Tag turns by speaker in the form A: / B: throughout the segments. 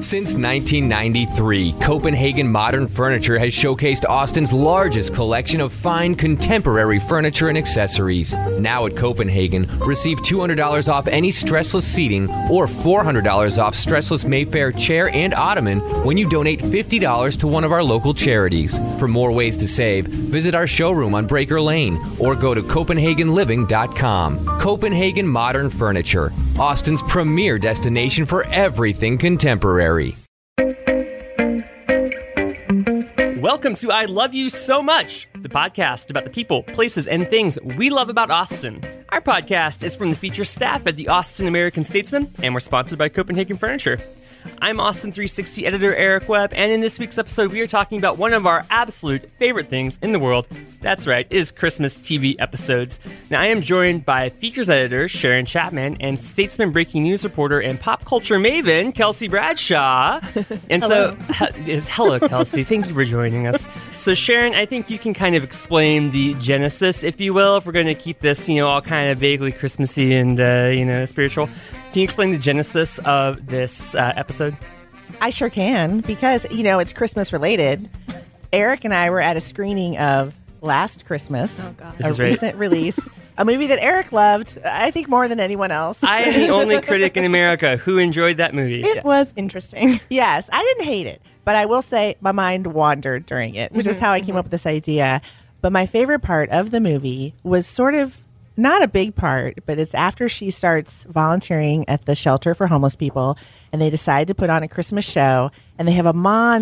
A: Since 1993, Copenhagen Modern Furniture has showcased Austin's largest collection of fine contemporary furniture and accessories. Now at Copenhagen, receive $200 off any stressless seating or $400 off stressless Mayfair chair and ottoman when you donate $50 to one of our local charities. For more ways to save, visit our showroom on Breaker Lane or go to CopenhagenLiving.com. Copenhagen Modern Furniture, Austin's premier destination for everything contemporary.
B: Welcome to I Love You So Much, the podcast about the people, places, and things we love about Austin. Our podcast is from the feature staff at the Austin American Statesman, and we're sponsored by Copenhagen Furniture. I'm Austin 360 editor Eric Webb, and in this week's episode, we are talking about one of our absolute favorite things in the world. That's right, is Christmas TV episodes. Now, I am joined by features editor Sharon Chapman and Statesman breaking news reporter and pop culture maven Kelsey Bradshaw. And so, he- it's- hello, Kelsey. Thank you for joining us. So, Sharon, I think you can kind of explain the genesis, if you will, if we're going to keep this, you know, all kind of vaguely Christmassy and uh, you know spiritual. Can you explain the genesis of this uh, episode?
C: I sure can because you know it's Christmas related. Eric and I were at a screening of Last Christmas,
B: This
C: a
B: is right.
C: recent release, a movie that Eric loved, I think more than anyone else.
B: I am the only critic in America who enjoyed that movie.
D: It was interesting.
C: yes, I didn't hate it, but I will say my mind wandered during it, which is how I came up with this idea. But my favorite part of the movie was sort of not a big part, but it's after she starts volunteering at the shelter for homeless people and they decide to put on a Christmas show and they have a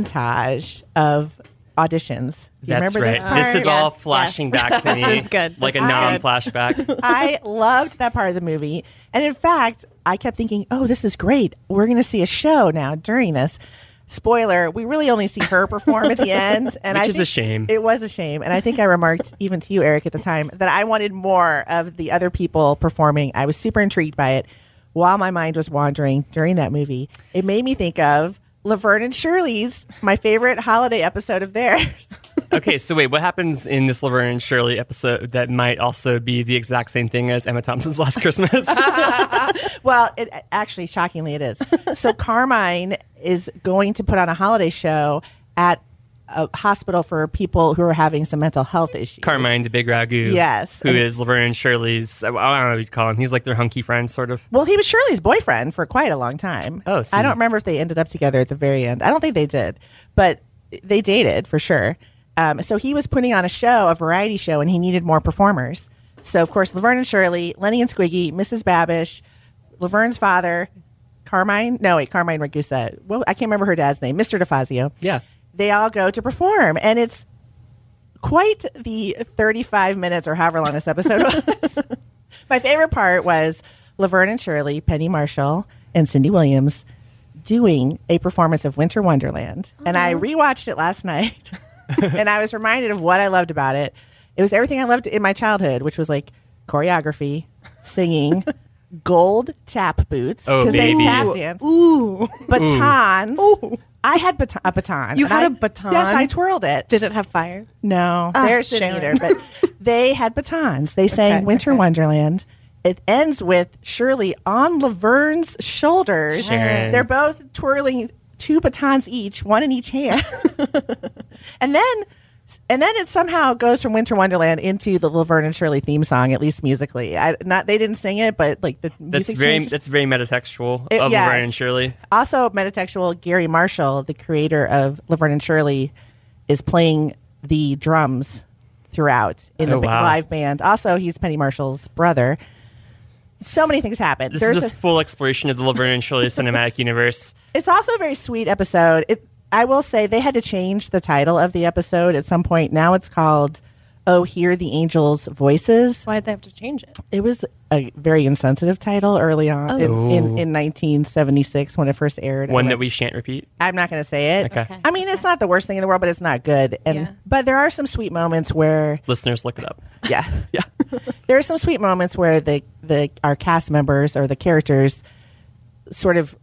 C: montage of auditions. Do you
B: That's
C: remember
B: right.
C: this part?
B: is all
D: Yes,
B: flashing back to me.
D: This is good.
B: Like
D: This
B: a
D: is
B: non
D: good.
B: flashback.
C: I loved that part of the movie. And in fact, I kept thinking, oh, this is great. We're going to see a show now during this. Spoiler, we really only see her perform at the end. And
B: Which
C: I
B: is a
C: think-
B: shame.
C: It was a shame. And I think I remarked, even to you, Eric, at the time, that I wanted more of the other people performing. I was super intrigued by it. While my mind was wandering during that movie, it made me think of Laverne and Shirley's, my favorite holiday episode of theirs.
B: okay, so wait, what happens in this Laverne and Shirley episode that might also be the exact same thing as Emma Thompson's Last Christmas?
C: Well, it actually shockingly it is. so Carmine is going to put on a holiday show at a hospital for people who are having some mental health issues.
B: Carmine the Big Ragu.
C: Yes.
B: Who is Laverne and Shirley's, I don't know what you'd call him. He's like their hunky friend, sort of.
C: well, he was Shirley's boyfriend for quite a long time.
B: Oh, see.
C: I don't remember if they ended up together at the very end. I don't think they did, but they dated for sure. Um, so he was putting on a show, a variety show, and he needed more performers. So of course, Laverne and Shirley, Lenny and Squiggy, Mrs. Babish, Laverne's father, Carmine. No, wait, Carmine Ragusa. Well, I can't remember her dad's name, Mr. DeFazio.
B: Yeah.
C: They all go to perform, and it's quite the 35 minutes or however long this episode was. My favorite part was Laverne and Shirley, Penny Marshall, and Cindy Williams doing a performance of Winter Wonderland. And I rewatched it last night and I was reminded of what I loved about it. It was everything I loved in my childhood, which was like choreography, singing, gold tap boots
B: Oh,
C: they
B: baby.
C: tap dance,
D: Ooh.
C: batons. I had bata- a baton.
D: You
C: and
D: had
C: I-
D: a baton?
C: Yes, I twirled it.
D: Did it have fire?
C: No,
D: Ah,
C: theirs didn't either.
D: Sharon.
C: But they had batons. They sang
D: Okay,
C: Winter
D: okay.
C: Wonderland. It ends with Shirley on Laverne's shoulders.
B: Sharon.
C: They're both twirling two batons each, one in each hand. and then and then it somehow goes from Winter Wonderland into the Laverne and Shirley theme song, at least musically. I, not they didn't sing it, but like the
B: That's
C: music
B: very
C: changed.
B: that's very metatextual
C: It-
B: of
C: yes.
B: Laverne and Shirley.
C: Also, metatextual Gary Marshall, the creator of Laverne and Shirley, is playing the drums throughout in the
B: Oh,
C: big
B: wow.
C: live band. Also, he's Penny Marshall's brother. So many things happen.
B: This
C: There's
B: is a,
C: a,
B: full exploration of the Laverne and Shirley cinematic universe.
C: it's also a very sweet episode. It, I will say they had to change the title of the episode at some point. Now it's called "Oh, Hear the Angels' Voices."
D: Why'd they have to change it?
C: It was a very insensitive title early on in, in, in 1976 when it first aired. I
B: One
C: went-
B: that we shan't repeat.
C: I'm not going to say it.
B: Okay. Okay.
C: I mean, it's not the worst thing in the world, but it's not good. And
D: Yeah.
C: but there are some sweet moments where,
B: Listeners, look it up.
C: yeah, yeah, there are some sweet moments where the the our cast members or the characters sort of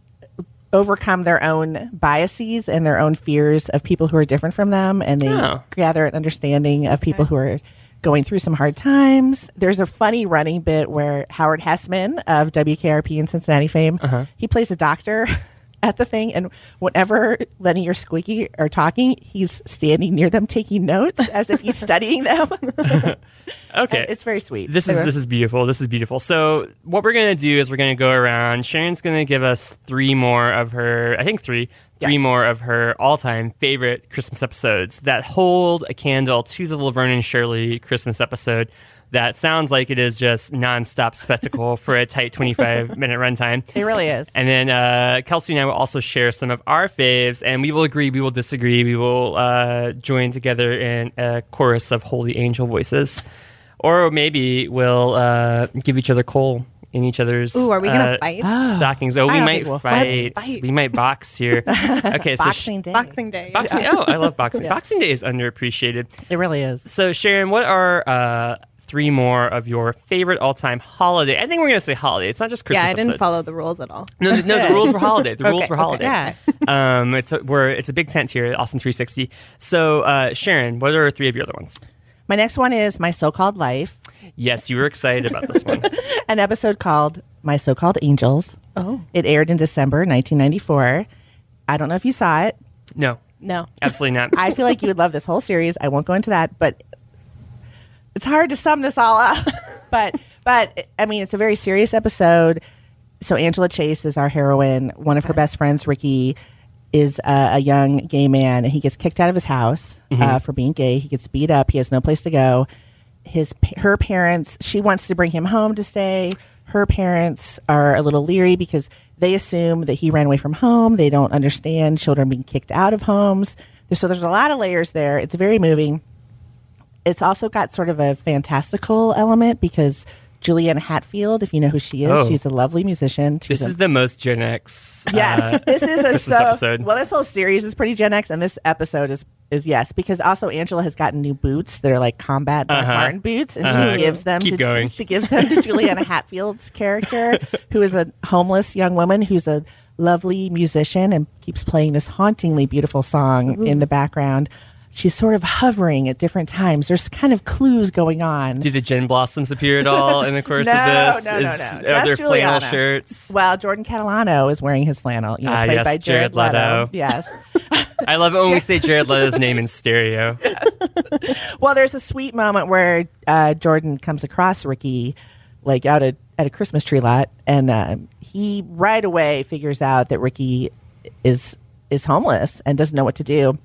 C: overcome their own biases and their own fears of people who are different from them, and they
B: Oh.
C: gather an understanding of people who are going through some hard times. There's a funny running bit where Howard Hessman of WKRP in Cincinnati fame, he plays a doctor. at the thing, and whenever Lenny or Squeaky are talking, he's standing near them taking notes as if he's studying them.
B: Okay.
C: it's very sweet.
B: This is this is beautiful. This is beautiful. So what we're gonna do is we're gonna go around. Sharon's gonna give us three more of her, I think three, three
C: Yes.
B: more of her all-time favorite Christmas episodes that hold a candle to the Laverne and Shirley Christmas episode. That sounds like it is just nonstop spectacle for a tight twenty-five minute runtime.
C: it really is.
B: And then uh, Kelsey and I will also share some of our faves, and we will agree, we will disagree, we will uh, join together in a chorus of holy angel voices, or maybe we'll uh, give each other coal in each other's.
D: Ooh, are we gonna
B: uh,
D: fight?
B: Stockings. Oh, we
C: I don't
B: might
C: think we'll-
B: fight.
D: Let's fight.
B: We might box here. Okay, so sh-
C: Boxing Day.
D: Boxing Day.
B: boxing. Oh, I love boxing. Boxing Day is underappreciated.
C: It really is.
B: So, Sharon, what are uh, three more of your favorite all-time holiday? I think we're gonna say holiday. It's not just Christmas.
D: yeah, I didn't
B: episodes.
D: follow the rules at all.
B: No, the, no, the rules were holiday. The rules
D: Okay,
B: were
D: okay.
B: holiday.
C: Yeah.
B: Um, it's a, we're it's a big tent here at Austin 360. So, uh, Sharon, what are three of your other ones?
C: My next one is my so-called life,
B: Yes, you were excited about this one.
C: an episode called "My So-Called Angels."
D: Oh.
C: It aired in December 1994. I don't know if you saw it.
B: No,
D: No.
B: absolutely not.
C: I feel like you would love this whole series. I won't go into that, but it's hard to sum this all up. but but I mean, it's a very serious episode. So Angela Chase is our heroine. One of her best friends, Ricky, is a, a young gay man, and he gets kicked out of his house uh, for being gay. He gets beat up. He has no place to go. His pa- her parents. She wants to bring him home to stay. Her parents are a little leery because they assume that he ran away from home. They don't understand children being kicked out of homes. So there's a lot of layers there. It's very moving it's also got sort of a fantastical element because Julianne Hatfield, if you know who she is,
B: Oh.
C: she's a lovely musician. She's
B: this
C: a-
B: is the most Gen X. uh,
C: yes, this is a
B: Christmas
C: so,
B: episode.
C: well. This whole series is pretty Gen X, and this episode is is yes because also Angela has gotten new boots. They're like combat Doc Marten boots, and
B: Uh-huh.
C: she gives them
B: Keep
C: to,
B: going.
C: She gives them to Juliana Hatfield's character, who is a homeless young woman who's a lovely musician and keeps playing this hauntingly beautiful song in the background. She's sort of hovering at different times. There's kind of clues going on.
B: do the Gen Blossoms appear at all in the course
C: No,
B: of this?
C: no, no,
B: is,
C: no.
B: Are
C: Just
B: there flannel
C: Juliana.
B: shirts?
C: Well, Jordan Catalano is wearing his flannel, you know,
B: Ah,
C: played
B: yes,
C: by
B: Jared
C: Jared,
B: Leto.
C: Yes.
B: I love it when we say Jared Leto's name in stereo.
C: well, there's a sweet moment where uh, Jordan comes across Ricky, like out at, at a Christmas tree lot, and um, he right away figures out that Ricky is is homeless and doesn't know what to do.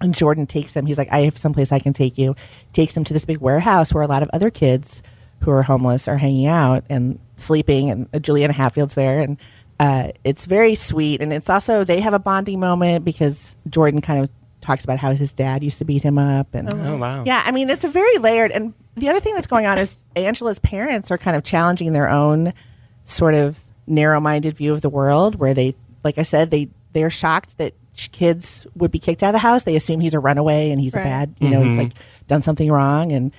C: And Jordan takes him. He's like, "I have someplace I can take you." Takes him to this big warehouse where a lot of other kids who are homeless are hanging out and sleeping, and uh, Juliana Hatfield's there, and uh, it's very sweet. And it's also they have a bonding moment because Jordan kind of talks about how his dad used to beat him up, and
B: Oh wow.
C: yeah, I mean, it's a very layered. And the other thing that's going on is Angela's parents are kind of challenging their own sort of narrow minded view of the world, where they, like I said, they, they're shocked that ch- kids would be kicked out of the house. They assume he's a runaway and he's
D: Right.
C: a bad, you know, he's like done something wrong. And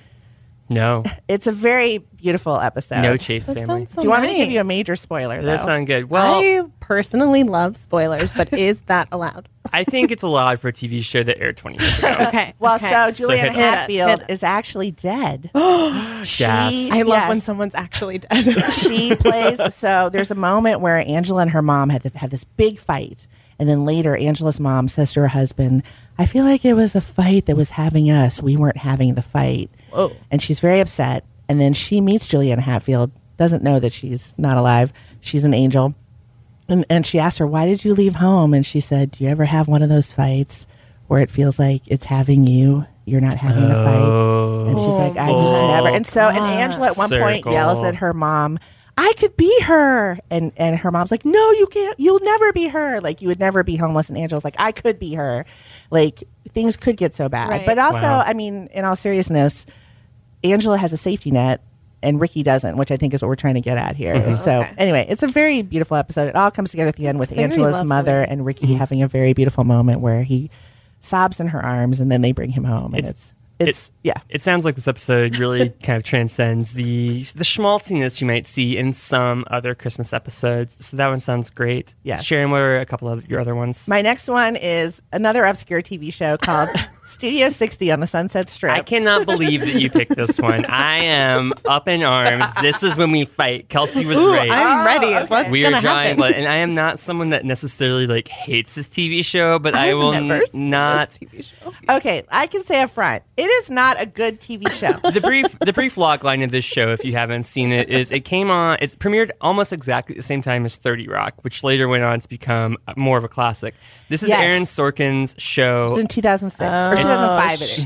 B: No.
C: it's a very beautiful episode.
B: No Chase
D: That
B: family.
D: sounds so
C: Do you want me to give
D: nice.
C: you a major spoiler, though?
B: That sound good. Well,
D: I personally love spoilers, but is that allowed?
B: I think it's allowed for a TV show that aired 20 years ago.
D: Okay.
C: well,
D: okay.
C: so Juliana
B: hit us.
C: Hatfield
D: Hit us.
C: is actually dead. she,
B: Gasp.
D: I love
C: yes.
D: when someone's actually dead.
C: she plays so there's a moment where angela and her mom had have this big fight and then later angela's mom says to her husband i feel like it was a fight that was having us we weren't having the fight
D: Whoa.
C: and she's very upset and then she meets julianne hatfield doesn't know that she's not alive she's an angel and, and she asked her why did you leave home and she said do you ever have one of those fights where it feels like it's having you you're not having the fight
B: Oh.
C: and she's like, I just
B: Oh,
C: never. And so, and Angela at one point
B: Circle.
C: yells at her mom, "I could be her," and and her mom's like, "No, you can't. You'll never be her. Like you would never be homeless." And Angela's like, "I could be her. Like things could get so bad."
D: Right.
C: But also,
B: Wow.
C: I mean, in all seriousness, Angela has a safety net. And Ricky doesn't, which I think is what we're trying to get at here.
B: Mm-hmm.
C: So,
D: Okay.
C: anyway, it's a very beautiful episode. It all comes together at the end with
D: very
C: Angela's
D: lovely.
C: mother and Ricky
B: Mm-hmm.
C: having a very beautiful moment where he sobs in her arms, and then they bring him home, and
B: It's-
C: it's
B: it-
C: it's yeah,
B: It sounds like this episode really kind of transcends the the schmaltziness you might see in some other Christmas episodes. So that one sounds great.
C: Yes.
B: Sharon, what are a couple of your other ones?
C: My next one is another obscure TV show called Studio 60 on the Sunset Strip.
B: I cannot believe that you picked this one. I am up in arms. This is when we fight. Kelsey was
D: Ooh,
B: right.
D: I'm ready. What's
B: we
D: Ah, gonna
B: are drawing
D: happen?
B: blood, and I am not someone that necessarily like hates this TV show, but I
D: I've
B: will
D: never
B: n-
D: seen
B: not.
D: this TV show.
C: Okay, I can say up front, it is not a good TV show.
B: The brief, the brief log line of this show, if you haven't seen it, is it came on, it's premiered almost exactly at the same time as Thirty Rock, which later went on to become more of a classic. This is
C: Yes.
B: Aaron Sorkin's show. Mm,
C: It's Oh, in 2006 or 2005. It is.
B: it's a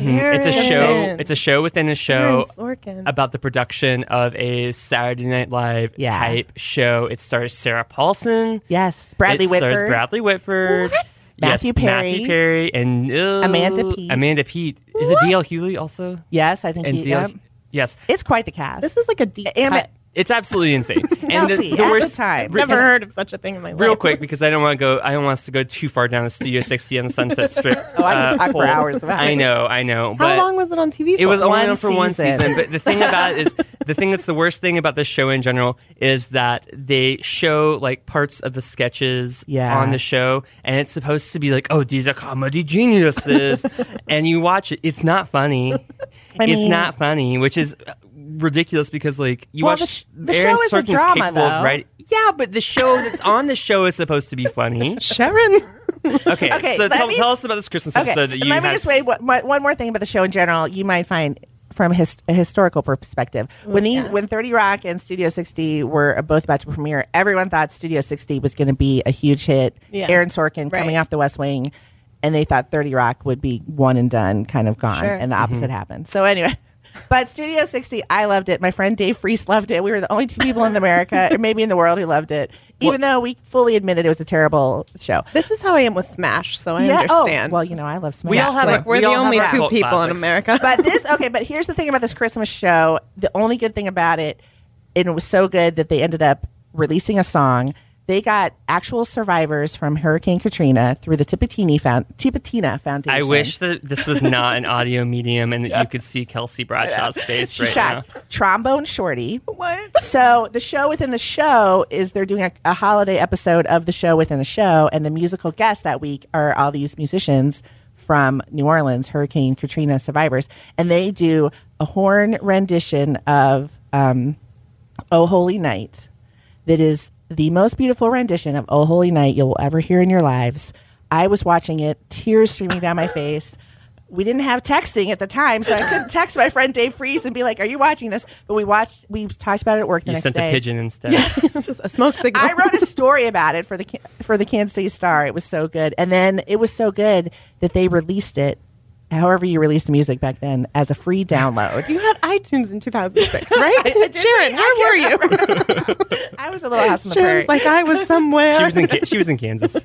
B: show.
C: Aaron.
B: It's a show within a
D: Aaron
B: show
D: Sorkin.
B: about the production of a Saturday Night Live
C: Yeah.
B: type show. It stars Sarah Paulson.
C: Yes, Bradley
B: it
C: Whitford.
B: Stars Bradley Whitford. Yes,
C: Matthew Perry.
B: Matthew Perry and uh,
C: Amanda Peet.
B: Amanda Pete. Is it DL Hewley also?
C: yes, I think
B: And
C: he.
B: D.L.
C: yep.
B: Yes.
C: It's quite the cast.
D: This is like a deep
C: Am
D: cut.
C: it-
B: It's absolutely insane. and
C: Kelsey, at the time.
D: Never
B: just
D: heard of such a thing in my life.
B: Real quick, because I don't want to go. I don't want us to go too far down the Studio 60 on the Sunset Strip.
C: Oh, I could talk for
B: hole.
C: hours about
B: I
C: it.
B: know, I know.
D: How
B: but
D: long was it on TV? For?
B: It was only
C: One
B: on for one
C: season.
B: season. But the thing about it is, the thing that's the worst thing about this show in general is that they show like parts of the sketches
C: Yeah.
B: on the show, and it's supposed to be like, oh, these are comedy geniuses, and you watch it, it's not funny.
C: I
B: it's
C: mean-
B: not funny, which is uh, ridiculous because like you
C: Well,
B: watch
C: the sh- the
B: Aaron
C: show is a
B: Sorkin's
C: drama,
B: capable of
C: though.
B: writing- Yeah, but the show that's on the show is supposed to be funny.
D: Sharon.
B: Okay,
C: Okay,
B: so
C: let
B: tell,
C: me
B: tell
C: s-
B: us about this Christmas
C: Okay,
B: episode that you
C: let me
B: have
C: just say one, one- one more thing about the show in general. You might find from his, a historical perspective when these when Thirty Rock and Studio 60 were both about to premiere, everyone thought Studio 60 was going to be a huge hit.
D: Yeah.
C: Aaron Sorkin
D: Right.
C: coming off The West Wing, and they thought Thirty Rock would be one and done, kind of gone,
D: Sure.
C: and the opposite
B: Mm-hmm.
C: happened. So anyway. But Studio 60, I loved it. My friend Dave Freese loved it. We were the only two people in America, or maybe in the world, who loved it. Even though we fully admitted it was a terrible show.
D: This is how I am with Smash, so I
C: Yeah, oh,
D: understand.
C: well, you know, I love Smash.
B: We all have
D: like
B: a-
D: we're
B: we
D: the
B: all have
D: only
B: our
D: two
B: cult
D: people in
B: classics.
D: America.
C: but this okay but here's the thing about this christmas show the only good thing about it and it was so good that they ended up releasing a song they got actual survivors from hurricane katrina through the tipitini found tipitina foundation
B: I wish that this was not an audio medium and that you could see Kelsey Bradshaw's face
C: She's
B: right
C: shocked.
B: now.
C: trombone shorty
D: what?
C: so the show within the show is they're doing a, a holiday episode of the show within the show and the musical guests that week are all these musicians from new orleans hurricane katrina survivors and they do a horn rendition of um, oh holy night that is the most beautiful rendition of oh holy night you'll ever hear in your lives i was watching it tears streaming down my face we didn't have texting at the time, so I couldn't text my friend Dave Freeze and be like, "Are you watching this?" But we watched. We talked about it at work the
B: You
C: next
B: sent
C: day.
B: a pigeon instead.
D: this is a smoke signal.
C: I wrote a story about it for the Ca- for the Kansas City Star. It was so good, and then it was so good that they released it, however you released music back then, as a free download.
D: You had iTunes in 2006, right?
C: did.
D: Sharon, where were you?
C: I was a little house on the prairie,
D: Sharon's like, I was somewhere.
B: She was in Ca- she was in Kansas.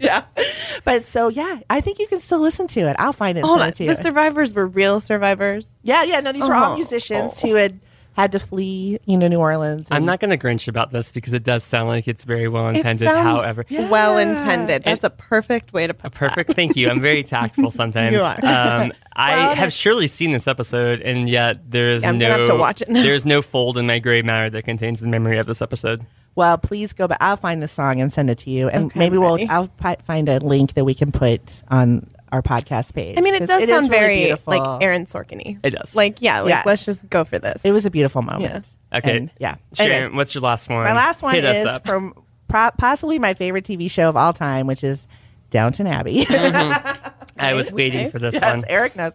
C: but so yeah, I think you can still listen to it. I'll find it. And
D: Hold
C: send
D: on.
C: it to
D: The
C: you.
D: survivors were real survivors.
C: yeah, yeah. No, these were all
D: Oh.
C: musicians who had had to flee, you know, New Orleans.
B: I'm
C: and-
B: not going to grinch about this because it does sound like it's very well
D: It
B: intended.
D: sounds
B: However,
D: well intended. That's a perfect way to put
B: perfect. Thank you. I'm very tactful sometimes.
D: You are.
B: Um, I
C: Well,
B: have surely seen this episode, and yet there is
D: I'm
B: no
D: gonna have to watch it now.
B: there is no fold in my gray matter that contains the memory of this episode.
C: Well, please go back. I'll find the song and send it to you, and
D: Okay,
C: maybe
D: I'm
C: we'll
D: ready.
C: I'll pi- find a link that we can put on our podcast page.
D: I mean, it
C: 'Cause
D: does
C: is
D: sound
C: really
D: very
C: beautiful.
D: like Aaron Sorkin.
B: It does.
D: Like, yeah, like
C: Yes.
D: let's just go for this.
C: It was a beautiful moment.
B: Yeah. Okay.
C: And, yeah.
B: Sharon,
C: Anyway,
B: what's your last one?
C: my last one
B: Hit us
C: is
B: up.
C: from pro- possibly my favorite TV show of all time, which is Downton Abbey.
B: I was waiting for this
C: yes,
B: one.
C: Eric knows.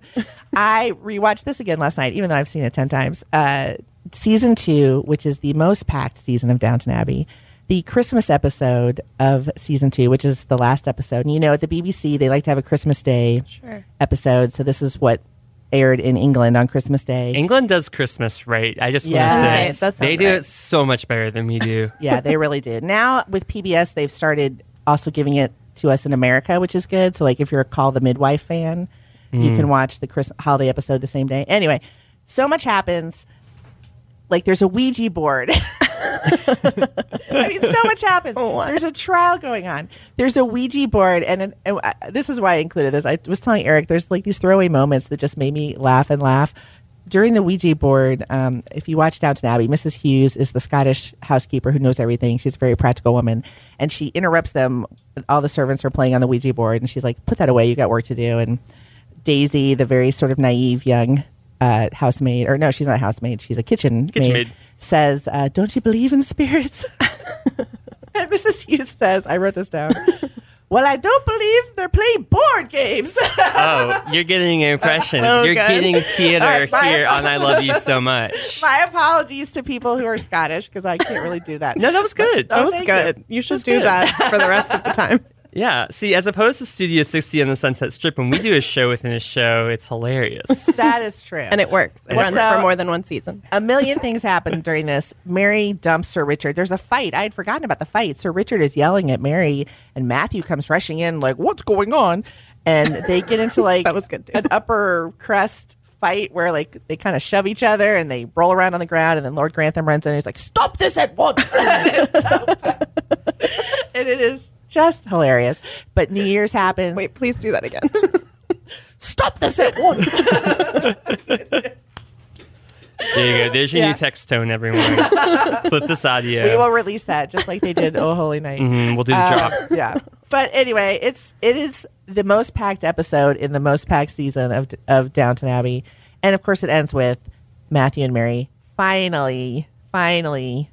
C: I rewatched this again last night, even though I've seen it 10 times. Uh, season two, which is the most packed season of Downton Abbey, the Christmas episode of season two, which is the last episode. And you know, at the BBC, they like to have a Christmas Day
D: Sure.
C: episode. So this is what aired in England on Christmas Day.
B: England does Christmas right. I just
C: Yes.
B: want to say
D: Yes, that
B: they
D: sounds
B: do
D: right.
B: it so much better than we do.
C: yeah, they really did. Now with PBS, they've started also giving it to us in America, which is good. So like if you're a Call the Midwife fan, you can watch the Chris holiday episode the same day. Anyway, so much happens. Like there's a Ouija board. I mean, so much happens. There's a trial going on. There's a Ouija board, and, an, and uh, this is why I included this. I was telling Eric, there's like these throwaway moments that just made me laugh and laugh. During the Ouija board, um, if you watch Downton Abbey, Mrs. Hughes is the Scottish housekeeper who knows everything. She's a very practical woman, and she interrupts them. All the servants are playing on the Ouija board, and she's like, "Put that away. You got work to do." And Daisy, the very sort of naive young uh, housemaid, or no, she's not a housemaid, she's a kitchen,
B: Kitchen maid.
C: says, uh, Don't you believe in spirits? and Mrs. Hughes says, I wrote this down. well, I don't believe they're playing board games.
B: Oh, you're getting impressions.
C: So
B: you're
C: good.
B: getting theater
C: All right, bye.
B: here on I Love You So Much.
C: My apologies to people who are Scottish because I can't really do that.
B: No, that was good.
D: That was
C: Oh, thank
D: good. You, should do that for the rest of the time.
B: Yeah. See, as opposed to Studio 60 on the Sunset Strip, when we do a show within a show, it's hilarious.
C: That is true.
D: And it works. It runs
C: So-
D: for more than one season.
C: a million things happen during this. Mary dumps Sir Richard. There's a fight. I had forgotten about the fight. Sir Richard is yelling at Mary, and Matthew comes rushing in, like, "What's going on?" And they get into like
D: That was good, too.
C: an upper crust fight where like they kind of shove each other and they roll around on the ground, and then Lord Grantham runs in and he's like, "Stop this at once!" and it is just hilarious. But New Year's happens.
D: Wait, please do that again.
C: stop this at once!
B: There you go. There's your
C: Yeah.
B: new text tone, everyone. Flip this audio.
C: we will release that just like they did. Oh, holy night.
B: Mm, we'll do the job.
C: Uh, yeah. But anyway, it's it is the most packed episode in the most packed season of of Downton Abbey, and of course it ends with Matthew and Mary finally, finally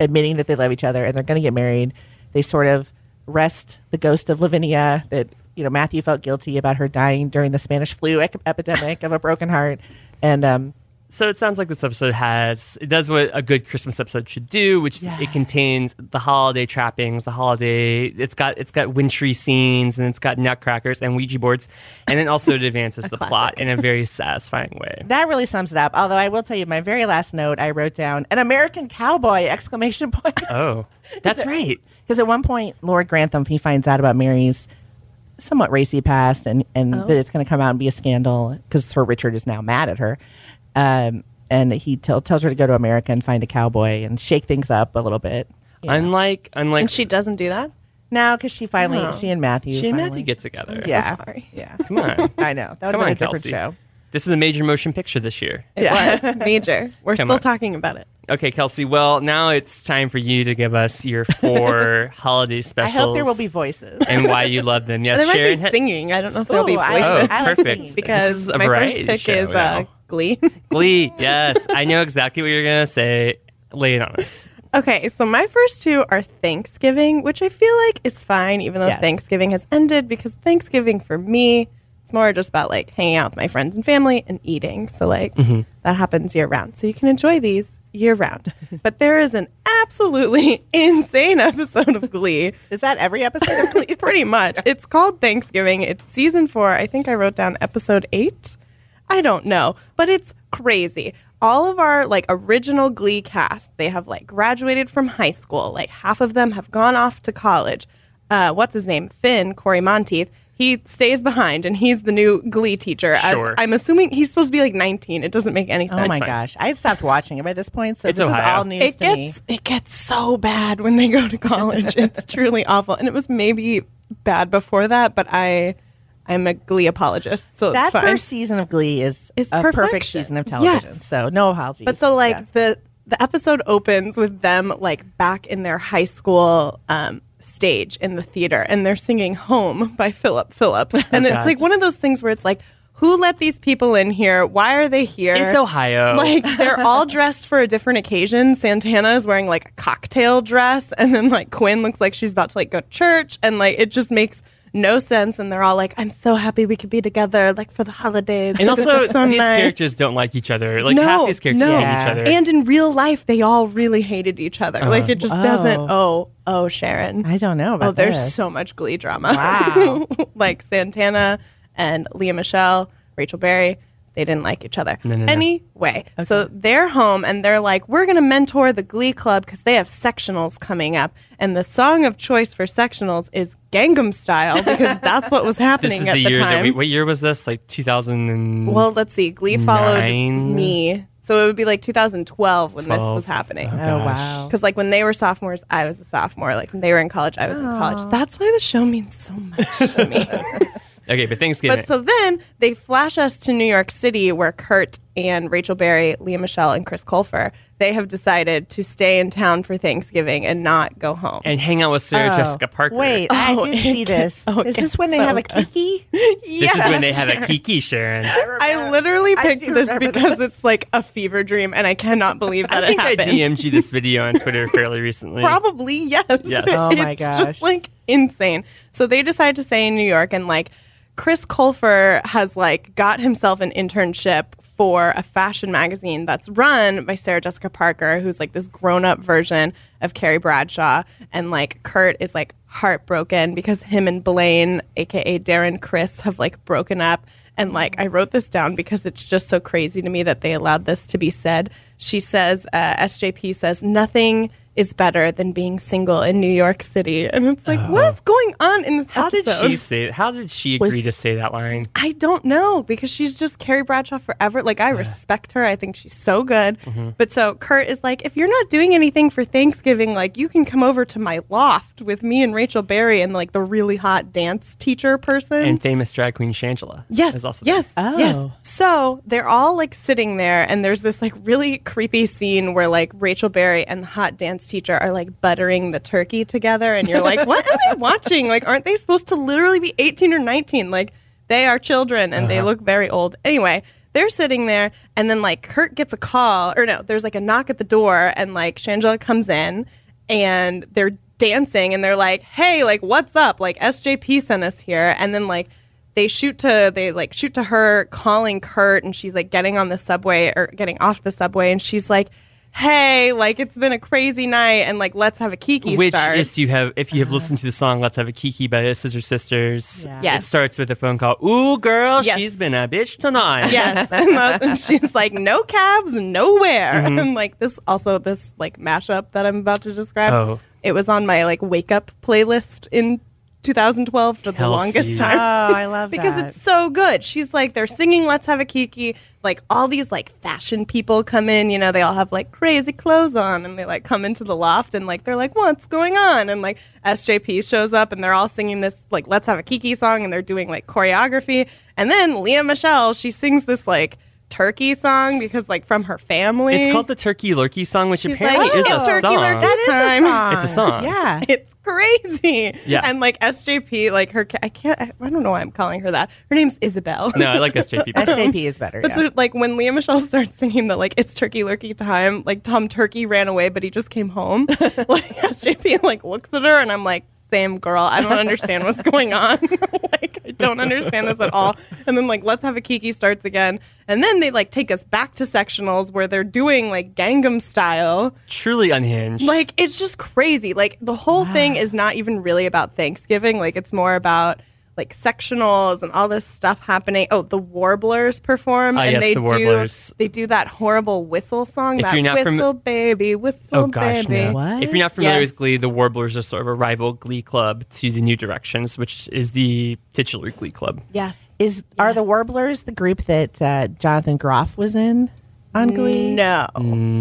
C: admitting that they love each other and they're going to get married. They sort of rest the ghost of Lavinia that you know Matthew felt guilty about her dying during the Spanish flu ec- epidemic of a broken heart, and um,
B: So it sounds like this episode has it does what a good Christmas episode should do, which is it contains the holiday trappings, the holiday. It's got it's got wintry scenes and it's got nutcrackers and Ouija boards, and then also it advances the plot in a very satisfying way.
C: that really sums it up. Although I will tell you, my very last note I wrote down an American cowboy exclamation point.
B: Oh, that's right.
C: Because at one point, Lord Grantham he finds out about Mary's somewhat racy past, and and
B: Oh.
C: that it's going to come out and be a scandal because Sir Richard is now mad at her, um, and he tell, tells her to go to America and find a cowboy and shake things up a little bit.
B: Unlike unlike
D: and she doesn't do that?
C: Now, because she finally, she and Matthew,
B: she and
C: finally-
B: Matthew get together.
C: yeah,
D: sorry.
C: yeah,
B: Come on.
C: I know that would
B: Come
C: have been
B: on,
C: a different
B: Kelsey.
C: show.
B: This was a major motion picture this year.
D: It was major. We're
B: Come
D: still
B: on.
D: talking about it.
B: Okay, Kelsey. Well, now it's time for you to give us your four holiday
C: I
B: specials.
C: hope there will be voices.
B: and why you love them. Yes,
D: There might
B: Sharon.
D: be
B: had-
D: singing. I don't know if there'll be
C: Ooh, I-
D: voices
B: Oh,
C: I like
B: perfect.
C: singing.
B: This
D: because
B: is a
D: my first
B: variety
D: pick
B: show
D: is uh,
B: now.
D: Glee.
B: Glee. Yes, I know exactly what you're gonna say. Lay it on us.
D: Okay, so my first two are Thanksgiving, which I feel like is fine, even though
C: Yes.
D: Thanksgiving has ended, because Thanksgiving for me, it's more just about like hanging out with my friends and family and eating. So, like,
B: Mm-hmm.
D: that happens year round. So, you can enjoy these year round. but there is an absolutely insane episode of Glee.
C: Is that every episode? of Glee?
D: Pretty much. It's called Thanksgiving. It's season four. I think I wrote down episode eight. I don't know, but it's crazy. All of our like original Glee cast, they have like graduated from high school. Like half of them have gone off to college. Uh, what's his name? Finn Corey Monteith. He stays behind, and he's the new Glee teacher. As
B: Sure.
D: I'm assuming he's supposed to be like 19. It doesn't make any sense.
C: Oh my gosh, I had stopped watching it by this point, so
B: It's
C: this is
B: Ohio.
C: all news
D: It
C: to
D: gets
C: me.
D: it gets so bad when they go to college. it's truly awful, and it was maybe bad before that. But I, I'm a Glee apologist, so
C: That
D: it's fine.
C: first season of Glee is
D: It's
C: a perfect
D: perfection.
C: season of television.
D: Yes.
C: So no apologies.
D: But so like
C: Yeah.
D: the the episode opens with them like back in their high school um, stage in the theater, and they're singing "Home" by Philip Phillips, and it's
B: Oh, God.
D: like one of those things where it's like, who let these people in here? Why are they here?
B: It's Ohio.
D: Like they're all dressed for a different occasion. Santana is wearing like a cocktail dress, and then like Quinn looks like she's about to like go to church, and like it just makes no sense. And they're all like, "I'm so happy we could be together, like for the holidays."
B: and
D: This
B: also,
D: is so
B: these
D: nice."
B: characters don't like each other. Like half these characters
D: no.
B: hate each other. Uh-huh.
D: And in real life, they all really hated each other. Like it just doesn't. Oh, oh, Sharon.
C: I don't know about
D: oh, there's
C: this.
D: so much Glee drama.
C: Wow.
D: like Santana and Leah Michelle, Rachel Berry. They didn't like each other.
B: no, no.
D: Anyway, so they're home and they're like, we're going to mentor the Glee Club because they have sectionals coming up. And the song of choice for sectionals is Gangnam Style because that's what was
B: this
D: happening
B: is
D: at
B: the
D: the
B: year that
D: time.
B: we. What year was this? Like 2000 and.
D: Well, let's see. Glee followed
B: Nine?
D: me. So it would be like 2012 when this was
B: Twelve.
D: happening.
B: Okay.
C: Oh
B: Gosh.
C: wow.
D: Because, like, when they were sophomores, I was a sophomore. Like, when they were in college, I was in college. That's why the show means so much to me.
B: Okay, but Thanksgiving.
D: But so then they flash us to New York City, where Kurt and Rachel Berry, Leah Michelle, and Chris Colfer they have decided to stay in town for Thanksgiving and not go home.
B: and hang out with Sarah Jessica Parker.
C: Wait, I
D: Oh,
C: did see
D: it
C: this.
D: gets- oh, it
C: is this
D: gets
C: when they
D: so
C: have a kiki?
B: this is when they have a kiki, Sharon.
D: I literally
C: I
D: picked
C: do
D: this
C: remember
D: because it's like a fever dream, and I cannot believe that
B: I think
D: it
B: I
D: happened.
B: DM'd you this video on Twitter fairly recently.
D: Probably yes.
B: Yes.
C: Oh, my
D: it's
C: gosh.
D: just like insane. So they decide to stay in New York, and like Chris Colfer has like got himself an internship for a fashion magazine that's run by Sarah Jessica Parker, who's like this grown up version of Carrie Bradshaw, and like Kurt is like heartbroken because him and Blaine, aka Darren Chris, have like broken up. And like I wrote this down because it's just so crazy to me that they allowed this to be said. She says, uh, SJP says, nothing is better than being single in New York City. And it's like, what is going on in this
B: Oh. How did
D: episode?
B: she say? How did she agree
C: Was-
B: to say that line?
D: I don't know because she's just Carrie Bradshaw forever. Like I respect her. I think she's so good.
B: Mm-hmm.
D: But so Kurt is like, if you're not doing anything for Thanksgiving, like you can come over to my loft with me and Rachel Berry and like the really hot dance teacher person.
B: And famous drag queen Shangela.
D: Yes.
B: Is also there.
D: yes.
C: Oh.
D: Yes. So they're all like sitting there, and there's this like really creepy scene where like Rachel Berry and the hot dance teacher are like buttering the turkey together, and you're like, what am I watching? Like, aren't they supposed to literally be 18 or 19? Like, they are children and they look very old. Anyway, they're sitting there, and then like Kurt gets a call, or no, there's like a knock at the door, and like Shangela comes in, and they're dancing, and they're like, hey, like, what's up? Like, SJP sent us here, and then like they shoot to they like shoot to her calling Kurt and she's like getting on the subway or getting off the subway and she's like, "Hey, like it's been a crazy night and like let's have a kiki
B: Which
D: start."
B: is you have if you have listened to the song "Let's Have a Kiki" by the Scissor Sisters.
C: Uh-huh. Yeah.
D: Yes.
B: It starts with a phone call. Ooh, girl,
D: Yes.
B: she's been a bitch tonight.
D: yes, and, that's, and she's like, "No cabs, nowhere."
B: Mm-hmm.
D: And like this also this like mashup that I'm about to describe.
B: Oh.
D: It was on my like wake up playlist in 2012 for the
B: Kelsey.
D: longest
C: Oh,
D: time.
C: I love
D: because
C: that.
D: it's so good. She's like, they're singing "Let's Have a Kiki." Like all these like fashion people come in. You know, they all have like crazy clothes on, and they like come into the loft, and like they're like, "What's going on?" And like SJP shows up, and they're all singing this like "Let's Have a Kiki" song, and they're doing like choreography. And then Leah Michelle, she sings this like turkey song because like from her family.
B: It's called the Turkey Lurkey song, which
D: She's
B: apparently
D: like,
B: is
D: "It's
B: a
D: Turkey
B: song.
D: Lurkey
C: that is
D: time.
C: a song.
B: It's a song.
C: Yeah.
D: It's crazy.
B: Yeah.
D: And like SJP, like her, I can't, I, I don't know why I'm calling her that. Her name's Isabel.
B: No, I like SJP. better.
C: SJP is better.
D: But
C: yeah.
D: so, like when Leah Michelle starts singing that like it's turkey lurkey time, like Tom Turkey ran away but he just came home. like SJP like looks at her and I'm like, same girl, I don't understand what's going on. like I don't understand this at all. And then like let's have a Kiki starts again. And then they like take us back to sectionals where they're doing like Gangnam style.
B: Truly unhinged.
D: Like it's just crazy. Like the whole thing is not even really about Thanksgiving. Like it's more about like sectionals and all this stuff happening. Oh, the Warblers perform
B: Ah,
D: and
B: yes,
D: they
B: the Warblers.
D: do they do that horrible whistle song.
B: If
D: that
B: you're not fam-
D: whistle baby, whistle
B: Oh gosh,
D: baby.
B: no.
C: What?
B: If you're not familiar
D: Yes.
B: with Glee, the Warblers are sort of a rival Glee club to the New Directions, which is the titular Glee club.
D: Yes.
C: is are the Warblers the group that uh, Jonathan Groff was in on Glee?
D: No,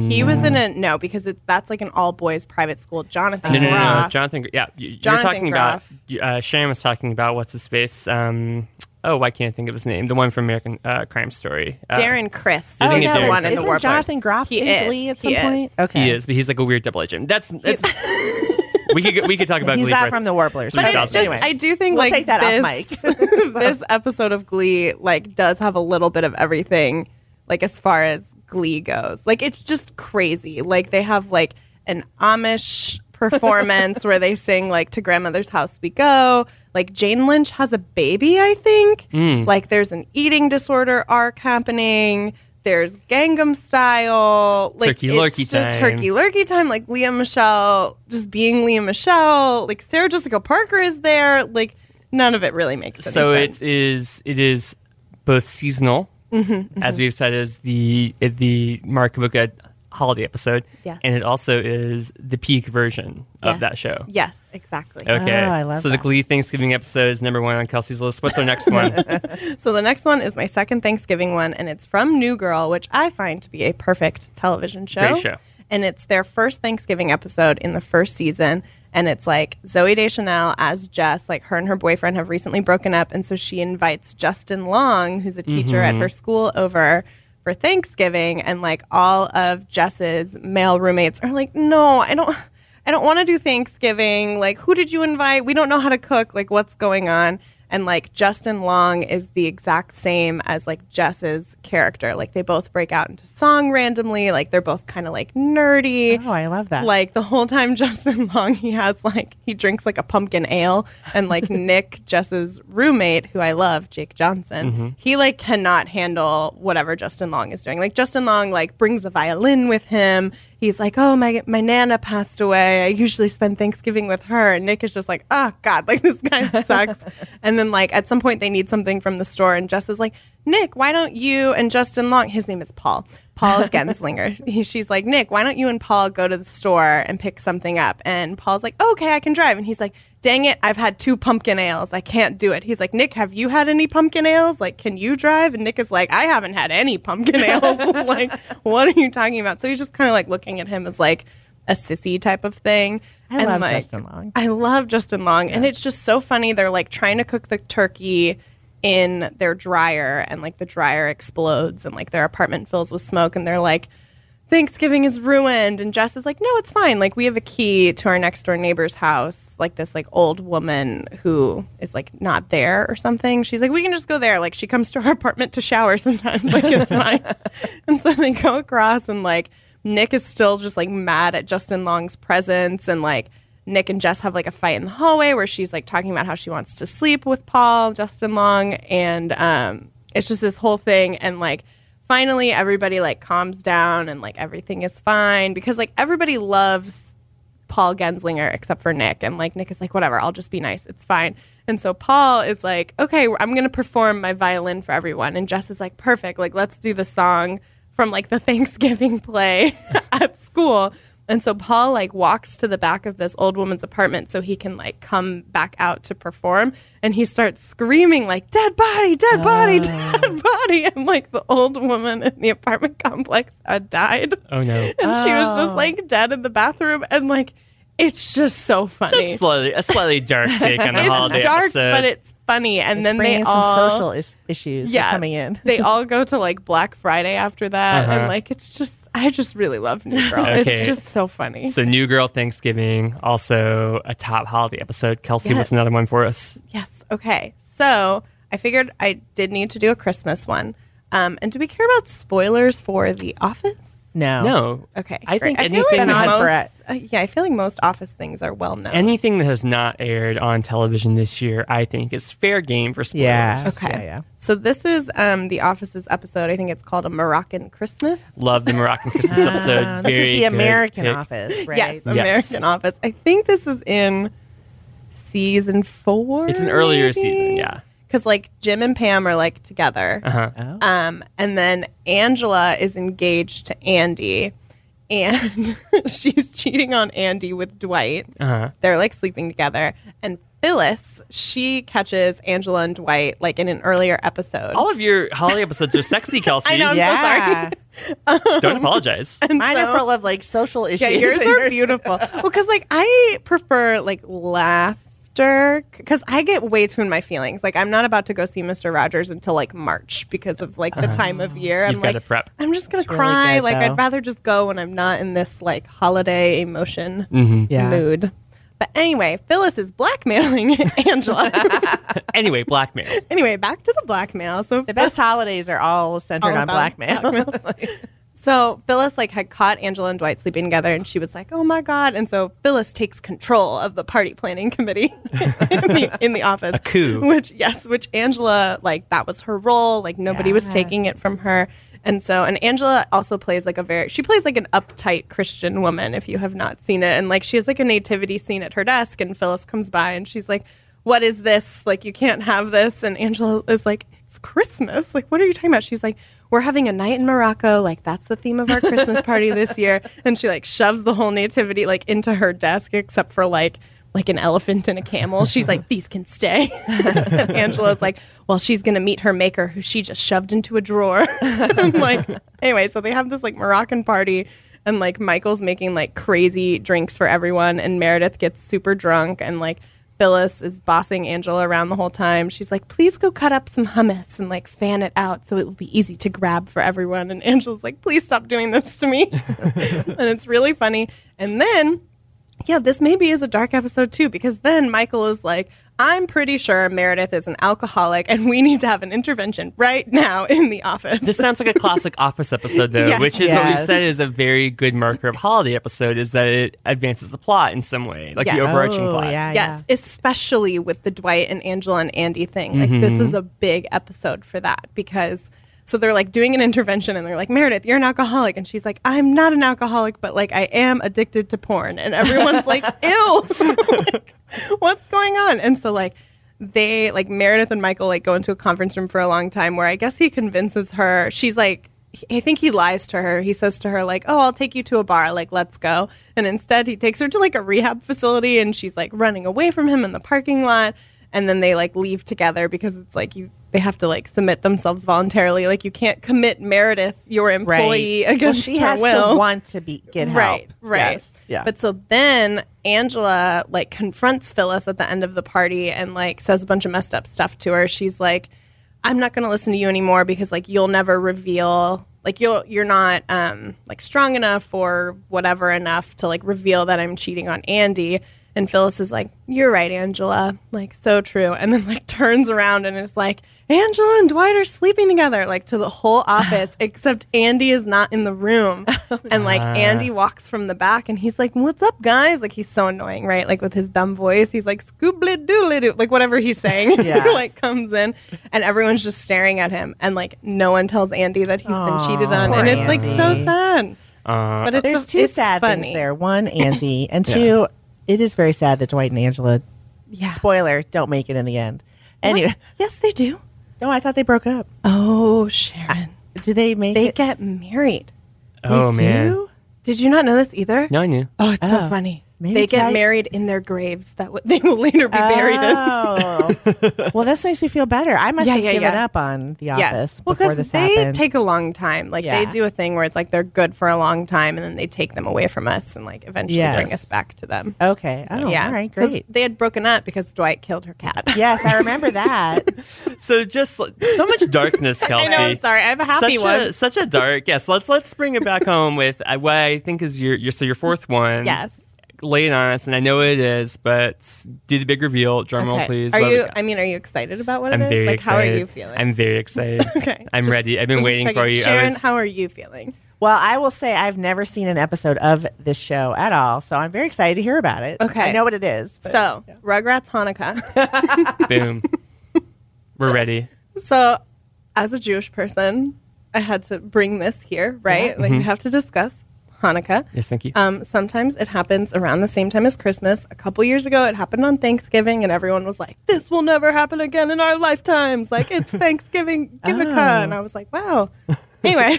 D: he was in a no because it, that's like an all boys private school. Jonathan,
B: Mm. No, no, no, no,
C: Uh-huh.
D: Groff.
B: Jonathan. Gr- Yeah, you, you're
D: Jonathan
B: talking
D: Groff.
B: about. Uh, Sharon was talking about what's his face. Um, oh, why can't I think of his name? The one from American uh, Crime Story. Uh,
D: Darren Chris.
B: I
C: Oh,
D: is
B: think it's Darren
D: one of
B: Criss.
D: the
C: Isn't
D: Warblers.
C: Jonathan Groff
D: He
C: in
D: is.
C: Glee at some
D: He is.
C: point? Okay,
B: He is, but he's like a weird double agent. That's, that's we could go- we could talk about.
C: He's
B: Glee
C: not
B: for-
C: from the Warblers,
B: But
D: But
C: right?
D: it's just,
B: Anyway.
D: I do think
C: We'll
D: like
C: take that off
D: this, this episode of Glee like does have a little bit of everything, like as far as Glee goes. Like it's just crazy. Like they have like an Amish performance where they sing like "To Grandmother's House We Go." Like Jane Lynch has a baby, I think. Like there's an eating disorder arc happening. There's Gangnam Style. Like
B: Turkey
D: it's
B: Lurkey
D: just
B: time.
D: Turkey Lurky time, like Leah Michelle, just being Leah Michelle, like Sarah Jessica Parker is there, like none of it really makes any
B: so
D: sense.
B: it is it is both seasonal,
C: Mm-hmm,
B: as we've said, is the uh, the Mark Vuka holiday episode,
D: Yes.
B: and it also is the peak version of
D: Yes.
B: that show.
D: yes, exactly.
B: Okay,
C: Oh, I love
B: so the
C: that.
B: Glee Thanksgiving episode is number one on Kelsey's list. What's our next one?
D: So the next one is my second Thanksgiving one, and it's from New Girl, which I find to be a perfect television show.
B: Great show.
D: And it's their first Thanksgiving episode in the first season. and it's like Zoe Deschanel as Jess, like her and her boyfriend have recently broken up, and so she invites Justin Long, who's a teacher at her school, over for Thanksgiving, and like all of Jess's male roommates are like, "No, I don't, I don't want to do Thanksgiving. Like, who did you invite? We don't know how to cook. Like, what's going on?" And like Justin Long is the exact same as like Jess's character. Like they both break out into song randomly. Like they're both kind of like nerdy.
C: Oh, I love that.
D: Like the whole time Justin Long, he has like he drinks like a pumpkin ale, and like Nick, Jess's roommate, who I love, Jake Johnson, he like cannot handle whatever Justin Long is doing. Like Justin Long like brings a violin with him. He's like, oh my my nana passed away. I usually spend Thanksgiving with her, and Nick is just like, oh god, like this guy sucks. and then like at some point they need something from the store, and Jess is like, Nick, why don't you and Justin Long? His name is Paul. Paul Genslinger. He, she's like, Nick, why don't you and Paul go to the store and pick something up? And Paul's like, okay, I can drive. And he's like, dang it, I've had two pumpkin ales. I can't do it. He's like, Nick, have you had any pumpkin ales? Like, can you drive? And Nick is like, I haven't had any pumpkin ales. like, what are you talking about? So he's just kind of like looking at him as like a sissy type of thing.
C: I love Justin Long.
D: I love Justin Long. And it's just so funny. They're like trying to cook the turkey in their dryer and like the dryer explodes and like their apartment fills with smoke and they're like, Thanksgiving is ruined. And Jess is like, no, it's fine. Like we have a key to our next door neighbor's house, like this like old woman who is like not there or something. She's like, we can just go there. Like she comes to our apartment to shower sometimes. Like it's fine. and so they go across and like Nick is still just like mad at Justin Long's presence and like Nick and Jess have like a fight in the hallway where she's like talking about how she wants to sleep with Paul, Justin Long, and um, it's just this whole thing. And like finally, everybody like calms down and like everything is fine because like everybody loves Paul Genslinger except for Nick. And like Nick is like, whatever, I'll just be nice. It's fine. And so Paul is like, okay, I'm going to perform my violin for everyone. And Jess is like, perfect. Like, let's do the song from like the Thanksgiving play at school. And so Paul like walks to the back of this old woman's apartment so he can like come back out to perform. And he starts screaming like dead body, dead body, dead body. And like the old woman in the apartment complex had died.
B: Oh no.
D: And she was
B: Oh.
D: just like dead in the bathroom. And like it's just so funny.
B: That's slightly, a slightly dark take on the holiday
D: it's dark,
B: episode.
D: but it's funny. And then they
C: bringing some
D: all
C: social is- issues are coming in.
D: they all go to like Black Friday after that,
B: Uh-huh.
D: and like it's just I just really love New Girl.
B: Okay.
D: It's just so funny.
B: so New Girl Thanksgiving, also a top holiday episode. Kelsey, what's
D: Yes.
B: another one for us?
D: yes. Okay. So I figured I did need to do a Christmas one. Um, and do we care about spoilers for The Office?
C: No.
B: No.
D: Oh, Okay.
B: I
D: great.
B: think anything
D: feel
B: that
D: like
C: has-
D: most, uh, yeah, I feel like most Office things are well known.
B: Anything that has not aired on television this year, I think, is fair game for spoilers.
C: Yeah.
D: okay.
C: Yeah, yeah.
D: So this is um, The Office's episode. I think it's called A Moroccan Christmas.
B: Love the Moroccan Christmas
C: Uh,
D: Ah,
B: episode.
C: this
B: Very
C: is the
B: good
C: American
B: pick.
C: office, right?
D: Yes,
B: Yes.
D: American Office. I think this is in season four.
B: It's an earlier season, yeah.
D: Because like Jim and Pam are like together,
B: Uh-huh.
C: Oh.
D: um, and then Angela is engaged to Andy, and she's cheating on Andy with Dwight.
B: Uh-huh.
D: They're like sleeping together, and Phyllis she catches Angela and Dwight like in an earlier episode.
B: All of your holiday episodes are sexy, Kelsey.
D: I know, I'm so sorry.
C: yeah.
B: Don't apologize.
C: Mine are
D: so-
C: full of like social issues.
D: Yeah, yours are beautiful. Well, because like I prefer like laughter because I get way too in my feelings. Like I'm not about to go see Mister Rogers until like March because of like the time of year. I'm
B: You've
D: like
B: gotta prep.
D: I'm just gonna
C: It's really
D: cry.
C: good,
D: like
C: though.
D: I'd rather just go when I'm not in this like holiday emotion
C: Yeah.
D: mood. But anyway, Phyllis is blackmailing Angela.
B: Anyway, blackmail.
D: anyway, back to the blackmail. So
C: The best holidays are all centered
D: All
C: on
D: about
C: blackmail.
D: So Phyllis like had caught Angela and Dwight sleeping together, and she was like, "Oh my god!" And so Phyllis takes control of the party planning committee in the in the office. A
B: coup.
D: which yes, which Angela like that was her role. Like nobody was taking it from her, and so and Angela also plays like a very she plays like an uptight Christian woman. If you have not seen it, and like she has like a nativity scene at her desk, and Phyllis comes by and she's like, "What is this? Like you can't have this." And Angela is like, it's Christmas. Like, what are you talking about? She's like, we're having a night in Morocco. Like, that's the theme of our Christmas party this year. And she like shoves the whole nativity like into her desk, except for like like an elephant and a camel. She's like, these can stay. and Angela's like, well, she's gonna meet her maker, who she just shoved into a drawer. I'm like, anyway, so they have this like Moroccan party. and like Michael's making like crazy drinks for everyone, and Meredith gets super drunk, and like Phyllis is bossing Angela around the whole time. She's like, "Please go cut up some hummus and like fan it out so it will be easy to grab for everyone." And Angela's like, "Please stop doing this to me," and it's really funny. And then yeah, this maybe is a dark episode too, because then Michael is like, I'm pretty sure Meredith is an alcoholic and we need to have an intervention right now in the office.
B: This sounds like a classic Office episode, though,
D: Yes.
B: which is what we've
C: Yes.
B: said is a very good marker of holiday episode is that it advances the plot in some way, like the
D: Yeah.
B: overarching
C: Oh,
B: plot.
C: yeah,
D: yes, especially with the Dwight and Angela and Andy thing. Like,
C: Mm-hmm.
D: this is a big episode for that because. So they're like doing an intervention and they're like, Meredith, you're an alcoholic. And she's like, I'm not an alcoholic, but like I am addicted to porn. And everyone's like, ew. Like, what's going on? And so like they like Meredith and Michael like go into a conference room for a long time where I guess he convinces her she's like I think he lies to her. He says to her like, "Oh, I'll take you to a bar. Like, let's go." And instead, he takes her to like a rehab facility and she's like running away from him in the parking lot and then they like leave together because it's like you they have to like submit themselves voluntarily. Like you can't commit Meredith, your
C: Right.
D: employee,
C: Well,
D: against
C: she
D: her
C: has
D: will.
C: to want to be get help.
D: Right, right.
C: Yes. Yeah.
D: But so then Angela like confronts Phyllis at the end of the party and like says a bunch of messed up stuff to her. She's like, "I'm not going to listen to you anymore because like you'll never reveal like you'll you're not um like strong enough or whatever enough to like reveal that I'm cheating on Andy." And Phyllis is like, "You're right, Angela. Like so true." And then like turns around and is like, "Angela and Dwight are sleeping together." Like to the whole office except Andy is not in the room. and like
C: Ah.
D: Andy walks from the back and he's like, "What's up, guys?" Like he's so annoying, right? Like with his dumb voice, he's like, "Scoobly doobly doo," like whatever he's saying.
C: Yeah.
D: like comes in and everyone's just staring at him and like no one tells Andy that he's been cheated on
C: poor
D: and it's like so
C: Andy.
D: sad. but it's
C: Uh, There's
D: a-
C: two
D: it's
C: sad
D: funny.
C: things there. One, Andy, and two, it is very sad that Dwight and Angela.
D: Yeah.
C: Spoiler: Don't make it in the end. Anyway,
D: Yes, they do.
C: no, I thought they broke up.
D: Oh, Sharon.
C: Do they make
D: They
C: it?
D: get married.
B: Oh,
C: They
B: man.
C: do?
D: Did you not know this either?
B: No, I knew.
D: Oh, it's so
C: Oh.
D: funny.
C: Maybe
D: they get
C: I-
D: married in their graves that w- they will later be buried in.
C: Oh. well, this makes me feel better. I must
D: Yeah,
C: have
D: yeah,
C: given
D: yeah.
C: up on The
D: Yeah.
C: Office
D: Well,
C: before this
D: they
C: happened.
D: take a long time. Like
C: Yeah.
D: they do a thing where it's like they're good for a long time, and then they take them away from us, and like eventually
C: Yes.
D: bring us back to them.
C: okay. Oh,
D: yeah,
C: all right,
D: 'Cause
C: great.
D: They had broken up because Dwight killed her cat.
C: Yes, I remember that.
B: So just like, so much darkness, Kelsey.
D: I know. I'm sorry. I have a happy
B: such
D: one.
B: A, such a dark. Yes, let's let's bring it back home with uh, what I think is your your so your fourth one.
D: Yes.
B: Lay it on us, and I know it is, but do the big reveal. Drum roll,
D: Okay.
B: please.
D: Are
B: What do we
D: you?
B: got?
D: I mean, are you excited about what
B: I'm
D: it is?
B: very
D: like,
B: excited.
D: how are you feeling?
B: I'm very excited.
D: okay.
B: I'm
D: Just-
B: ready. I've been
D: just
B: waiting
D: checking.
B: for you. I
D: Sharon.
B: was-
D: How are you feeling?
C: Well, I will say I've never seen an episode of this show at all, so I'm very excited to hear about it.
D: Okay.
C: I know what it is. But
D: So, Rugrats Hanukkah.
B: Boom. We're ready.
D: so, as a Jewish person, I had to bring this here, right? Like, we have to discuss Hanukkah.
B: Yes, thank you.
D: Um, sometimes it happens around the same time as Christmas. A couple years ago, it happened on Thanksgiving, and everyone was like, "This will never happen again in our lifetimes." Like it's Thanksgiving, give and I was like, "Wow." Anyway,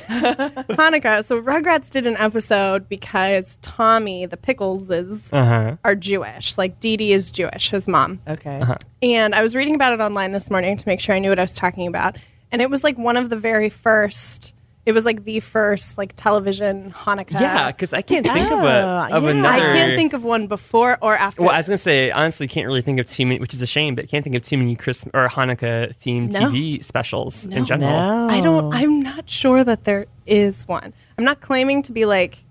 D: Hanukkah. So Rugrats did an episode because Tommy, the Pickleses, are Jewish. Like Dee Dee is Jewish, his mom.
C: okay.
D: And I was reading about it online this morning to make sure I knew what I was talking about. And it was like one of the very first. It was like the first like television Hanukkah.
B: yeah, because I can't think of a
C: Oh,
B: of
C: yeah. I
B: another.
D: I can't think of one before or after.
B: Well, I was
D: this.
B: gonna say honestly, can't really think of too many, which is a shame. But can't think of too many Christmas or Hanukkah themed
D: No.
B: TV specials in general.
C: No.
D: I don't. I'm not sure that there is one. I'm not claiming to be like,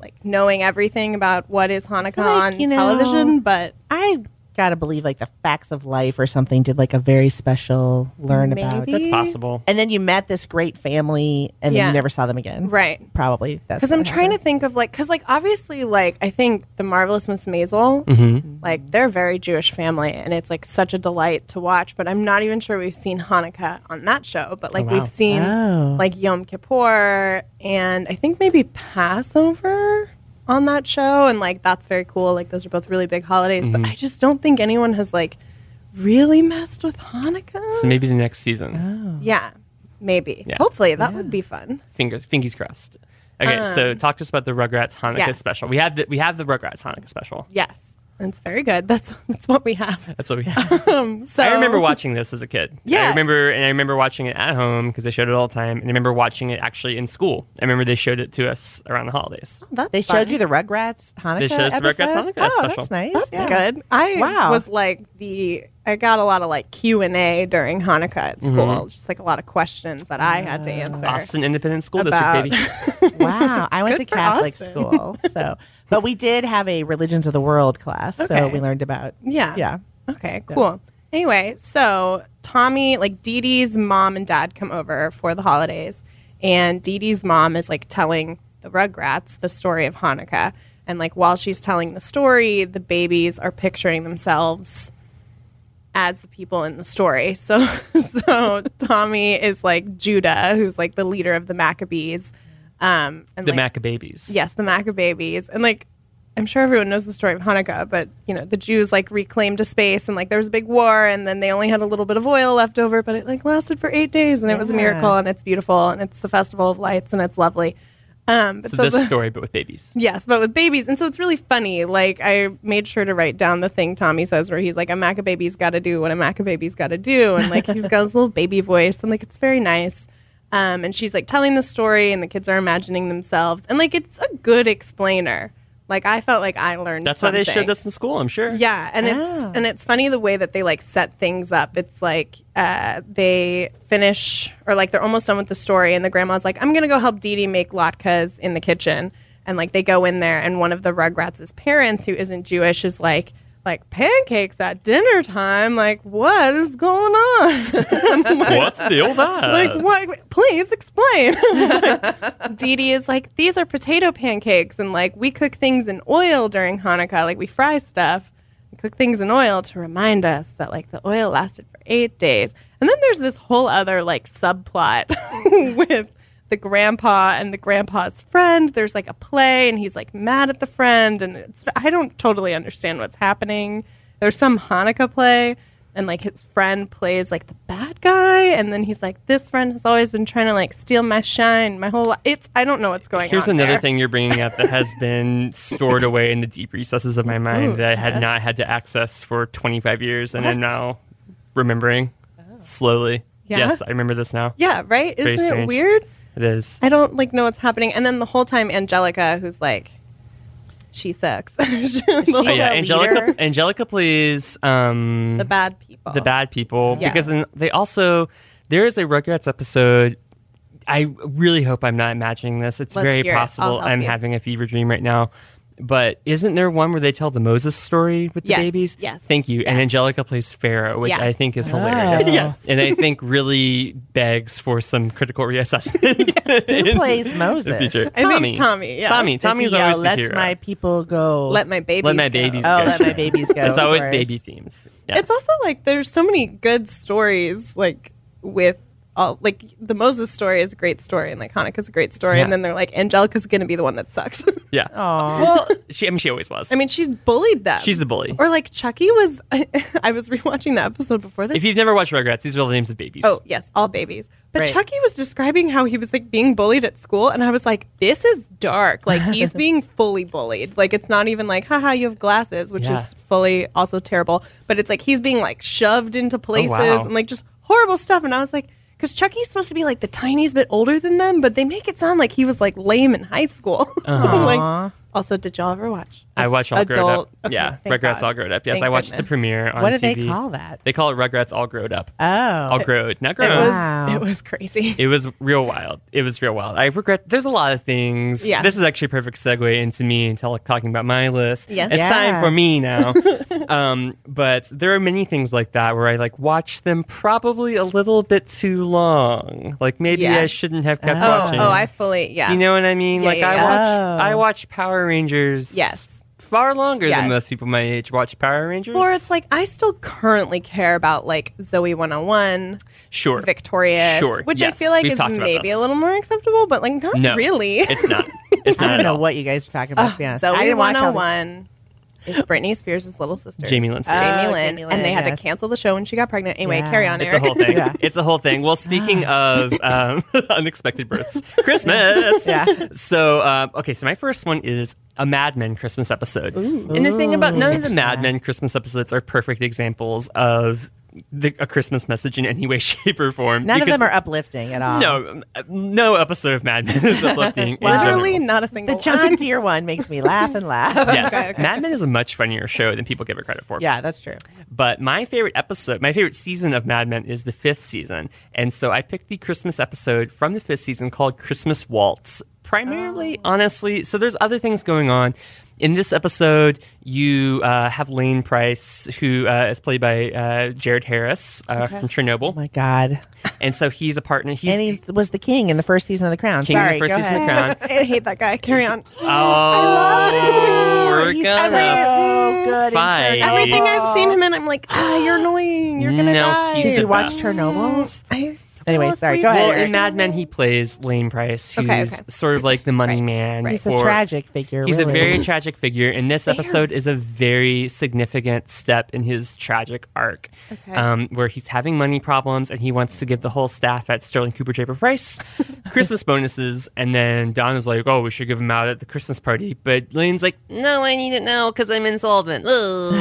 D: like knowing everything about what is Hanukkah
C: Like,
D: on
C: you know-
D: television, but
C: I gotta believe like the facts of life or something did like a very special learn about.
D: Maybe.
B: That's possible.
C: And then you met this great family, and then
D: Yeah.
C: you never saw them again.
D: right.
C: Probably that's
D: Because I'm trying to think of like, because like obviously like I think the marvelous Miss Maisel, like they're a very Jewish family, and it's like such a delight to watch. But I'm not even sure we've seen Hanukkah on that show, but like
B: wow.
D: we've seen
C: Oh.
D: like Yom Kippur and I think maybe Passover on that show, and like that's very cool. Like those are both really big holidays, but I just don't think anyone has like really messed with Hanukkah.
B: So maybe the next season.
D: yeah, maybe.
B: Yeah.
D: Hopefully that would be fun.
B: Fingers, fingers crossed. Okay, so talk to us about the Rugrats Hanukkah
D: yes.
B: special. We have the we have the Rugrats Hanukkah special.
D: Yes. It's very good. That's that's what we have.
B: That's what we have.
D: Um, So
B: I remember watching this as a kid. I
D: Oh. Yeah.
B: remember, and I remember watching it at home because they showed it all the time. And I remember watching it actually in school. I remember they showed it to us around the holidays.
D: That's
C: They
D: fun.
C: showed you the Rugrats Hanukkah.
B: They showed us the Rugrats
C: episode?
B: Hanukkah. That's
C: oh,
B: special.
C: that's nice.
D: That's
C: yeah.
D: good. I
C: Wow.
D: was like the I got a lot of like Q and A during Hanukkah at
B: Mm-hmm.
D: school. Just like a lot of questions that I had
C: Ah.
D: to answer.
B: Austin Independent School
D: About-
B: District, baby.
C: Wow, I went to
D: Good for
C: Catholic
D: Austin.
C: school, so but we did have a religions of the world class, so
D: Okay.
C: we learned about
D: Yeah.
C: yeah.
D: Okay. Cool. Anyway, so Tommy, like Dee Dee's mom and dad come over for the holidays, and Dee Dee's mom is like telling the Rugrats the story of Hanukkah, and like while she's telling the story, the babies are picturing themselves as the people in the story. So, so Tommy is like Judah, who's like the leader of the Maccabees. Um, and
B: the
D: like,
B: Maccababies.
D: Yes, the Maccabees. And like I'm sure everyone knows the story of Hanukkah, but you know, the Jews like reclaimed a space and like there was a big war and then they only had a little bit of oil left over, but it like lasted for 8 days and it was a
C: Yeah.
D: miracle and it's beautiful and it's the festival of lights and it's lovely. Um but
B: So,
D: so,
B: this
D: the-
B: story, but with babies.
D: Yes, but with babies. And so it's really funny. Like, I made sure to write down the thing Tommy says where he's like, a Maccababy's got to do what a Maccababy's got to do. And like, he's got his little baby voice. And like, it's very nice. Um, and she's like telling the story, and the kids are imagining themselves. And like, it's a good explainer. Like, I felt like I learned
B: That's why they showed
D: something.
B: this in school. I'm sure.
D: Yeah, and
C: Ah.
D: it's and it's funny the way that they like set things up. It's like uh, they finish or like they're almost done with the story, and the grandma's like, "I'm gonna go help Dee Dee make latkes in the kitchen," and like they go in there, and one of the Rugrats' parents who isn't Jewish is like. Like pancakes at dinner time. Like, what is going on?
B: What's the deal with that?
D: like, what? Please explain. Dee Dee is like, these are potato pancakes, and like we cook things in oil during Hanukkah. Like we fry stuff, we cook things in oil to remind us that like the oil lasted for eight days. And then there's this whole other like subplot with the grandpa and the grandpa's friend. There's like a play, and he's like mad at the friend, and it's I don't totally understand what's happening. There's some Hanukkah play. And like his friend plays like the bad guy, and then he's like, "This friend has always been trying to like steal my shine, my whole life." It's I don't know what's going
B: Here's
D: on.
B: another
D: there.
B: thing you're bringing up that has been stored away in the deep recesses of my mind that I had not had to access for 25 years and am now remembering slowly.
D: Oh. Yeah?
B: Yes, I remember this now.
D: Yeah, right?
B: Very
D: Isn't it
B: strange.
D: weird?
B: It is.
D: I don't like know what's happening. And then the whole time Angelica, who's like, she sucks. She- the,
B: Oh, yeah,
C: the
B: Angelica.
C: leader?
B: Angelica plays um,
D: the bad people.
B: the bad people
D: Oh. Yeah.
B: because in, they also there is a Rugrats episode. I really hope I'm not imagining this. It's
D: Let's
B: very
D: hear it. I'll
B: possible
D: help
B: I'm
D: you.
B: having a fever dream right now. But isn't there one where they tell the Moses story with the
D: Yes,
B: babies?
D: yes,
B: Thank you. And Angelica plays Pharaoh, which I
D: Yes.
B: think is hilarious.
C: Oh.
D: Yes.
B: And I think really begs for some critical reassessment.
C: Who plays
B: The
C: Moses?
B: future.
D: I think
B: Tommy.
D: Tommy, yeah.
B: Tommy.
D: Does
C: Does he
B: Tommy's
C: yell,
B: always the
C: let
B: hero.
C: my people go.
D: let my babies.
B: my
D: go."
B: babies
C: oh,
B: go.
C: let my babies go.
B: it's always
C: first.
B: baby themes. Yeah.
D: It's also like there's so many good stories like with all like the Moses story is a great story and like Hanukkah's a great story.
B: Yeah.
D: And then they're like, Angelica's gonna be the one that sucks.
B: yeah.
C: Aw.
B: Well, she. I mean, she always was.
D: Oh. I mean, she's bullied them.
B: She's the bully.
D: Or like Chucky was. I was rewatching the episode before this.
B: If you've never watched Rugrats, these are all the names of babies.
D: Oh yes, all babies. But
C: Right.
D: Chucky was describing how he was like being bullied at school, and I was like, "This is dark. Like he's being fully bullied. Like it's not even like, haha, you have glasses, which
B: Yeah.
D: is fully also terrible. But it's like he's being like shoved into places
B: Oh, wow.
D: and like just horrible stuff. And I was like, because Chucky's supposed to be like the tiniest bit older than them, but they make it sound like he was like lame in high school. I'm like, also, did y'all ever watch?
B: Uh-huh. I watch all grown
D: Adult.
B: up.
D: Okay,
B: yeah,
D: thank
B: Rugrats
D: God.
B: all grown up. Yes,
D: Thank
B: I watched the
D: goodness.
B: premiere on
C: What do
B: TV.
C: they call that?
B: They call it Rugrats all grown up. all
C: Oh,
B: growed, not
D: Uh, It
B: grown.
D: was
C: Wow.
D: it was crazy.
B: It was real wild. It was real wild. I regret. There's a lot of things.
D: Yeah.
B: This is actually a perfect segue into me and tell, talking about my list.
D: Yes.
B: It's
C: Yeah.
B: time for me now. um, but there are many things like that where I like watch them probably a little bit too long. Like maybe
D: Yeah.
B: I shouldn't have kept
D: oh,
B: watching.
D: oh, I fully yeah.
B: You know what I mean?
D: Yeah,
B: like
D: yeah,
B: I
D: yeah.
B: watch
C: Oh.
B: I watch Power Rangers.
D: Yes.
B: Far longer than
D: Yes.
B: most people my age watch Power Rangers.
D: Or it's like I still currently care about like Zoe 101,
B: sure,
D: Victorious,
B: Sure,
D: which I
B: yes.
D: feel like
B: We've
D: is
B: talked about
D: maybe
B: this.
D: a little more acceptable, but like not
B: No,
D: really.
B: it's not. It's
C: I
B: not
C: don't
B: at
C: know
B: all.
C: what you guys are talking about. to be honest, I
D: Oh, Zoe
C: didn't watch all the-
D: 101. is Britney Spears' little sister,
B: Jamie Lynn Spears.
D: Jamie
C: Oh,
D: Lynn,
C: Jamie Lynn,
D: and they had
C: yes.
D: to cancel the show when she got pregnant. Anyway,
C: Yeah.
D: carry on,
B: It's a
D: Eric.
B: whole thing.
C: Yeah.
B: It's a whole thing. Well, speaking of um, unexpected births,
D: oh
B: Christmas.
C: Yeah.
B: So, uh, okay, so my first one is a Mad Men Christmas episode. And the thing about none of the Mad Men Christmas episodes are perfect examples of the, a Christmas message in any way, shape, or form.
C: None of
B: because-
C: them are uplifting at all.
B: No, um, uh, no episode of Mad Men is uplifting. in general.
D: Literally not a
C: The
D: single one.
C: John Deere one makes me laugh and laugh.
B: Yes,
D: Okay, okay.
B: Mad Men is a much funnier show than people give it credit for.
C: Yeah, that's true. Oh
B: But my favorite episode, my favorite season of Mad Men is the fifth season. And so I picked the Christmas episode from the fifth season called Christmas Waltz. Primarily,
C: Oh.
B: honestly, so there's other things going on. In this episode, you uh, have Lane Price, who uh, is played by uh, Jared Harris uh, from
C: Oh
B: Chernobyl.
C: my God.
B: And so he's a partner. He's
C: And he was the king in the first season of The Crown.
B: king in
C: Sorry,
B: the first
C: go
B: season
C: ahead.
B: of The Crown.
D: I hate that guy. Carry on.
B: Oh, we're
C: He's
B: gonna
C: so good. in
B: fight.
C: Chernobyl.
D: Everything I've seen him in, I'm like, ah, you're annoying. You're gonna
B: No,
D: die.
B: he's
C: Did you
B: the
C: watch
B: best.
C: Chernobyl?
D: I
C: Anyway,
D: fell
C: sorry,
D: asleep.
C: go ahead,
B: Well,
C: Eric.
B: in Mad Men, he plays Lane Price, who's
D: Okay, okay.
B: sort of like the money man.
C: He's
B: for-
C: a tragic figure.
B: He's
C: really.
B: a very tragic figure, and this episode is a very significant step in his tragic arc,
D: Okay.
B: um, where he's having money problems and he wants to give the whole staff at Sterling Cooper Draper Price Christmas bonuses. And then Don is like, "Oh, we should give them out at the Christmas party," but Lane's like, "No, I need it now because I'm insolvent." Ugh.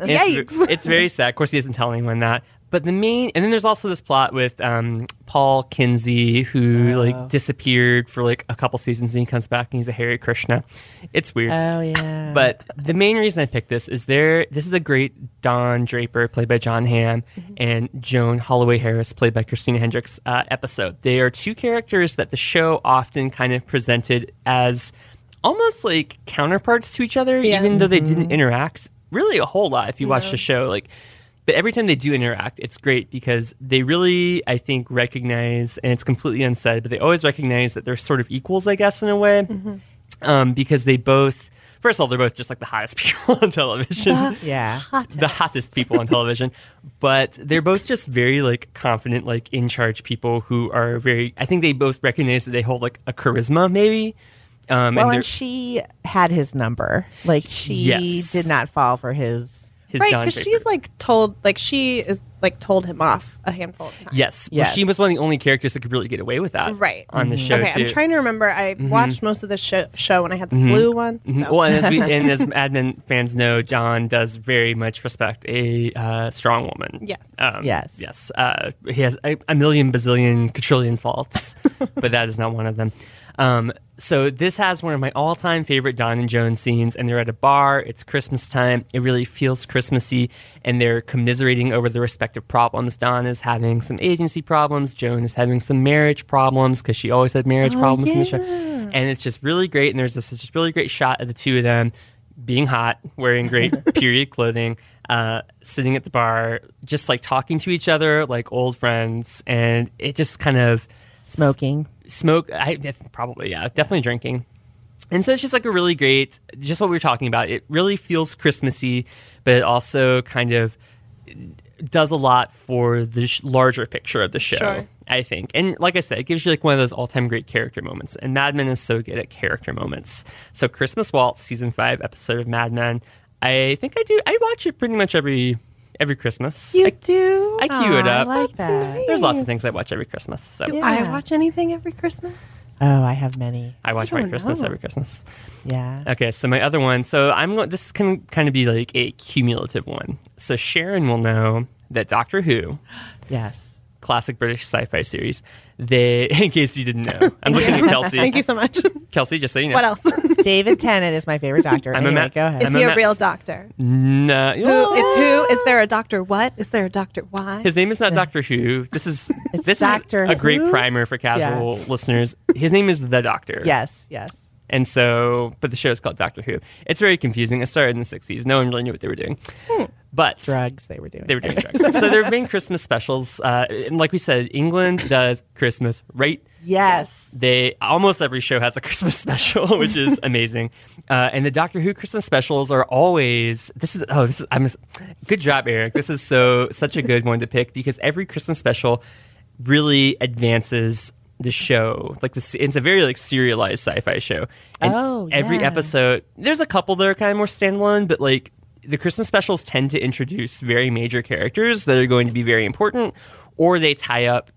B: It's,
D: Yikes.
B: it's very sad. Of course, he isn't telling anyone that. But the main, and then there's also this plot with um, Paul Kinsey, who like disappeared for like a couple seasons, and he comes back and he's a Harry Krishna. It's weird.
C: Oh yeah.
B: but the main reason I picked this is there. This is a great Don Draper, played by John Hamm, and Joan Holloway Harris, played by Christina Hendricks, uh, episode. They are two characters that the show often kind of presented as almost like counterparts to each other,
D: Yeah.
B: even though they didn't interact really a whole lot. If you watch the show, like. But every time they do interact, it's great because they really, I think, recognize, and it's completely unsaid, but they always recognize that they're sort of equals, I guess, in a way um, because they both, first of all, they're both just like the hottest people on television.
C: yeah.
B: The hottest people on television, but they're both just very like confident, like in charge people who are very. I think they both recognize that they hold like a charisma, maybe. Um,
C: Well,
B: and
C: and
B: they're
C: she had his number. Like she
B: Yes.
C: did not fall for his.
B: his
D: right,
B: Don
D: because
B: Draper.
D: she's like told, like she is like told him off a handful of times.
B: yes, Well,
C: Yes.
B: she was one of the only characters that could really get away with that,
D: Right. Mm-hmm.
B: On the show,
D: okay, I'm
B: too. Mm-hmm.
D: trying to remember. I watched most of the show, show when I had the flu once. So.
B: Well, and as, we, and as admin fans know, John does very much respect a uh, strong woman.
D: Yes.
B: Um,
C: Yes.
B: Yes. Uh, he has a, a million, bazillion, quadrillion faults, but that is not one of them. Um, so this has one of my all-time favorite Don and Joan scenes, and they're at a bar. It's Christmas time. It really feels Christmassy, and they're commiserating over the respective problems. Don is having some agency problems. Joan is having some marriage problems because she always had marriage problems in the show and it's just really great. And there's this, this really great shot of the two of them being hot, wearing great period clothing, uh, sitting at the bar, just like talking to each other like old friends, and it just kind of
C: Smoking.
B: smoke. I def- probably yeah, definitely drinking. And so it's just like a really great, just what we were talking about. It really feels Christmassy, but it also kind of does a lot for the sh- larger picture of the show.
D: Sure.
B: I think, and like I said, it gives you like one of those all-time great character moments. And Mad Men is so good at character moments. So Christmas Waltz, season five episode of Mad Men. I think I do. I watch it pretty much every every Christmas.
D: you do.
B: I queue it
C: Aw, Ah, I
B: up.
C: like that.
B: There's lots of things I watch every Christmas. So.
D: I
C: Yeah.
D: watch anything every Christmas.
C: Oh, I have many.
B: I watch
D: I
B: White
D: don't
B: Christmas
D: know.
B: every Christmas.
C: Yeah.
B: Okay, so my other one. So I'm going. This can kind of be like a cumulative one. So Sharon will know that Doctor Who,
C: Yes.
B: classic British sci-fi series, they. In case you didn't know, I'm looking at Kelsey.
D: Thank you so much.
B: Kelsey. Just so you know.
D: what else? is
C: David Tennant is my favorite doctor.
B: I'm a
C: anyway,
B: ma-
C: go ahead.
B: I'm a
D: he a
B: mess.
D: real doctor?
B: Mm. No.
D: Who is who? Is there a doctor? What is there a doctor? Why?
B: His name is not Doctor Who. This is this
C: Doctor
B: is a great
C: Who?
B: primer for casual listeners. His name is the Doctor.
C: yes. Yes.
B: And so, but the show is called Doctor Who. It's very confusing. It started in the 60s. No one really knew what they were doing.
D: Hmm.
B: But
C: Drugs they were doing.
B: They were doing drugs. so there have been Christmas specials. Uh, and like we said, England does Christmas right.
C: yes.
B: They almost every show has a Christmas special, which is amazing. Uh, and the Doctor Who Christmas specials are always this is oh this is, I'm good job Eric. This is so such a good one to pick because every Christmas special really advances the show. Like this, it's a very like serialized sci-fi show. And
C: Oh,
B: every
C: yeah.
B: episode, there's a couple that are kind of more standalone, but like the Christmas specials tend to introduce very major characters that are going to be very important, or they tie up